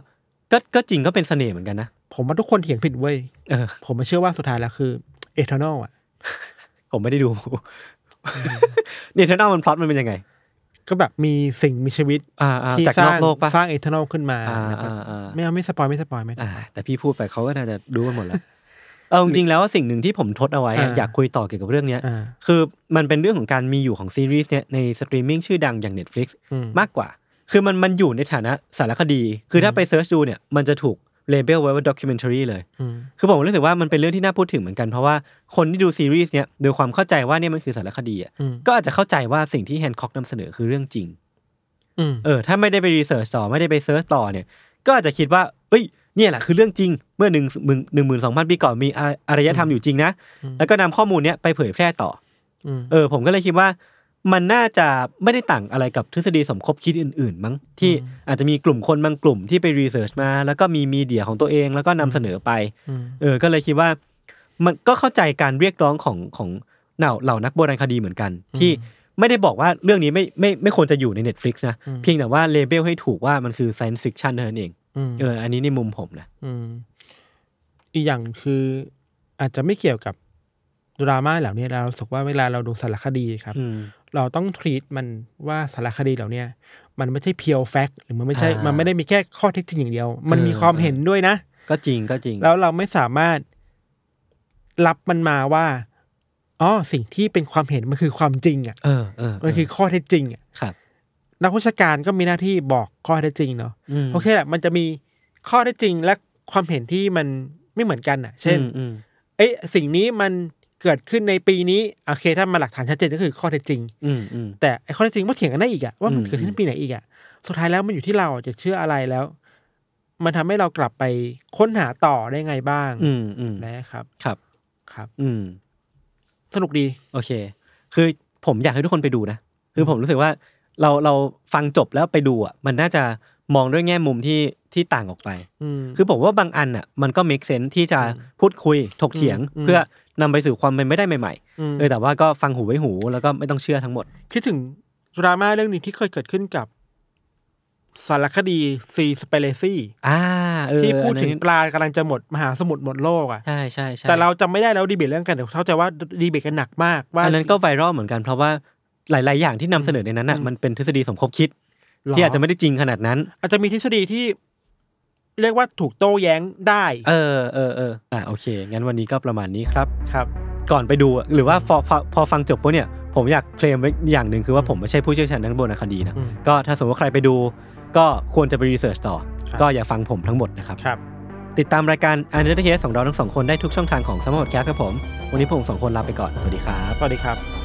ก็ก็จริงก็เป็นเสน่ห์เหมือนกันนะ ผมว่าทุกคนเถียงผิดเว้ย เออ ผมมาเชื่อว่าสุดท้ายแล้วคือเอทานอลอ่ะ ผมไม่ได้ดูเนี่ยเทนอลมันพล็อตมันเป็นยังไง ก็แบบมีสิ่งมีชีวิต อ่าอ่า ที่ จาก ส น ร้า อง กโลกปะ สร้างเอทานอลขึ้นมา อ่า นะครับ อ่าอ่า ไม่เอาไม่สปอยไม่สปอยไม่ อ่า แต่พี่พูดไปเขาก็น่าจะรู้กันหมด [LAUGHS] แล้ว เอาจริงๆแล้วว่าสิ่งหนึ่งที่ผมทดเอาไว้อะ อ่า อยากคุยต่อเกี่ยวกับเรื่องเนี้ย อ่า คือมันเป็นเรื่องของการมีอยู่ของซีรีส์เนี่ยในสตรีมมิ่งชื่อดังอย่าง Netflix อืม มากกว่า คือมันมันอยู่ในฐานะสารคดี คือถ้าไปเซิร์ชดูเนี่ย มันจะถูกเลเบลไว้ว่าด็อกิเมนทรีเลย อืม คือผมรู้สึกว่ามันเป็นเรื่องที่น่าพูดถึงเหมือนกัน เพราะว่าคนที่ดูซีรีส์เนี่ยโดยความเข้าใจว่าเนี่ยมันคือสารคดีอะ อืม ก็อาจจะเข้าใจว่าสิ่งที่แฮนค็อกนำเสนอคือเรื่องจริง อืม เออถ้าไม่ได้ไปรีเสิร์ชต่อไม่ได้ไปเซิร์ชต่อเนี่ย ก็อาจจะคิดว่าเอ้ยเนี่ยแหละคือเรื่องจริง เมื่อหนึ่งหมื่นหนึ่งหมื่นสองพันปีก่อนมีอาอารยธรรมอยู่จริงนะ แล้วก็นำข้อมูลเนี้ยไปเผยแพร่ต่อ อืม เออผมก็เลยคิดว่า มันน่าจะไม่ได้ต่างอะไรกับทฤษฎีสมคบคิดอื่นๆ มั้งที่อาจจะมีกลุ่มคนบางกลุ่มที่ไปรีเสิร์ชมา แล้วก็มีมีเดียของตัวเองแล้วก็นำเสนอไป อืม เออก็เลยคิดว่า มันก็เข้าใจการเรียกร้องของของเหล่าเหล่านักโบราณคดีเหมือนกัน ที่ไม่ได้บอกว่าเรื่องนี้ไม่ไม่ไม่ควรจะอยู่ใน Netflix นะ เพียงแต่ว่าเลเบลให้ถูกว่ามันคือ science fiction เท่านั้นเอง อืม เอออันนี้ในมุมผมนะ มอีกอย่างคืออาจจะไม่เกี่ยวกับดราม่าเหล่านี้เรารู้สึกว่าเวลาเราดูสารคดีครับ อืม เราต้องทรีตมันว่าสารคดีเหล่าเนี้ยมันไม่ใช่เพียวแฟกหรือมันไม่ใช่ อ่ามั มันไม่ได้มีแค่ข้อเท็จจริงอย่างเดียว มัน เออ มีความเห็นด้วยนะ ก็จริงก็จริง แล้วเราไม่สามารถรับมันมาว่าอ๋อสิ่งที่เป็นความเห็นมันคือความจริงอ่ะ เออเออเ มันคือข้อเท็จจริงอ่ะ ครับ นักวิชาการก็มีหน้าที่บอกข้อเท็จจริงเนาะ ม โอเคแหละมันจะมีข้อเท็จจริงและความเห็นที่มันไม่เหมือนกันอ่ะ เช่น อืมอืม เอ้ยสิ่งนี้มันเกิดขึ้นในปีนี้โอเคถ้ามันหลักฐานชัดเจนก็คือข้อเท็จจริง อืมอืม แต่ไอ้ข้อเท็จจริงมันเถียงกันได้อีกอะว่ามัน อืม เกิดขึ้นในปีไหนอีกอะสุดท้ายแล้วมันอยู่ที่เราจะเชื่ออะไรแล้ว มันทำให้เรากลับไปค้นหาต่อได้ไงบ้าง อืมอืม นะครับ ครับ ครับ อืม สนุกดี โอเค คือผมอยากให้ทุกคนไปดูนะ คือผมรู้สึกว่าเราเราฟังจบแล้วไปดูอ่ะ มันน่าจะมองด้วยแง่มุมที่ที่ต่างออกไป อืม คือผมว่าบางอันอ่ะ มันก็ make sense ที่จะพูดคุยถกเถียง อืม เพื่อนำไปสู่ความเป็นไม่ได้ใหม่ ม ๆ เออแต่ว่าก็ฟังหูไว้หูแล้วก็ไม่ต้องเชื่อทั้งหมด คิดถึงดราม่าเรื่องนี้ที่เคยเกิดขึ้นกับสารคดีซีสเปเลซี่ อ่าเออ ที่พูดถึง อัน ป นั้น ลากำลังจะหมดมหาสมุทรหมดโลกอ่ะ ใช่ใช่ใช่ แต่เราจำไม่ได้แล้วดีเบตเรื่องกันแต่เข้าใจว่าดีเบตกันหนักมากว่า อันนั้นก็ไวรัลเหมือนกันเพราะว่าหลาย ๆ อย่างที่นำเสนอในนั้นอ่ะ อืม มันเป็นทฤษฎีสมคบคิด หร ที่อาจจะไม่ได้จริงขนาดนั้น อาจจะมีทฤษฎีที่ เรียกว่าถูกโต้แย้งได้ เออเออเอออ่าโอเคงั้นวันนี้ก็ประมาณนี้ครับ ครับ ก่อนไปดูอะหรือว่าพอพอพอฟังจบปุ๊บเนี่ยผมอยากเคลมไว้อย่างหนึ่งคือว่าผมไม่ใช่ผู้เชี่ยวชาญด้านโบราณคดีนะ อืม ก็ถ้าสมมติว่าใครไปดู ก็ควรจะไปรีเสิร์ชต่อ ครับ ก็อย่าฟังผมทั้งหมดนะครับ ครับ ติดตามรายการ u n d e r t a s e ของเราทั้งสองคนได้ทุกช่องทางของ s m a r t Cast ครับผม วันนี้ผมสองคนลาไปก่อน สวัสดีครับ สวัสดีครับ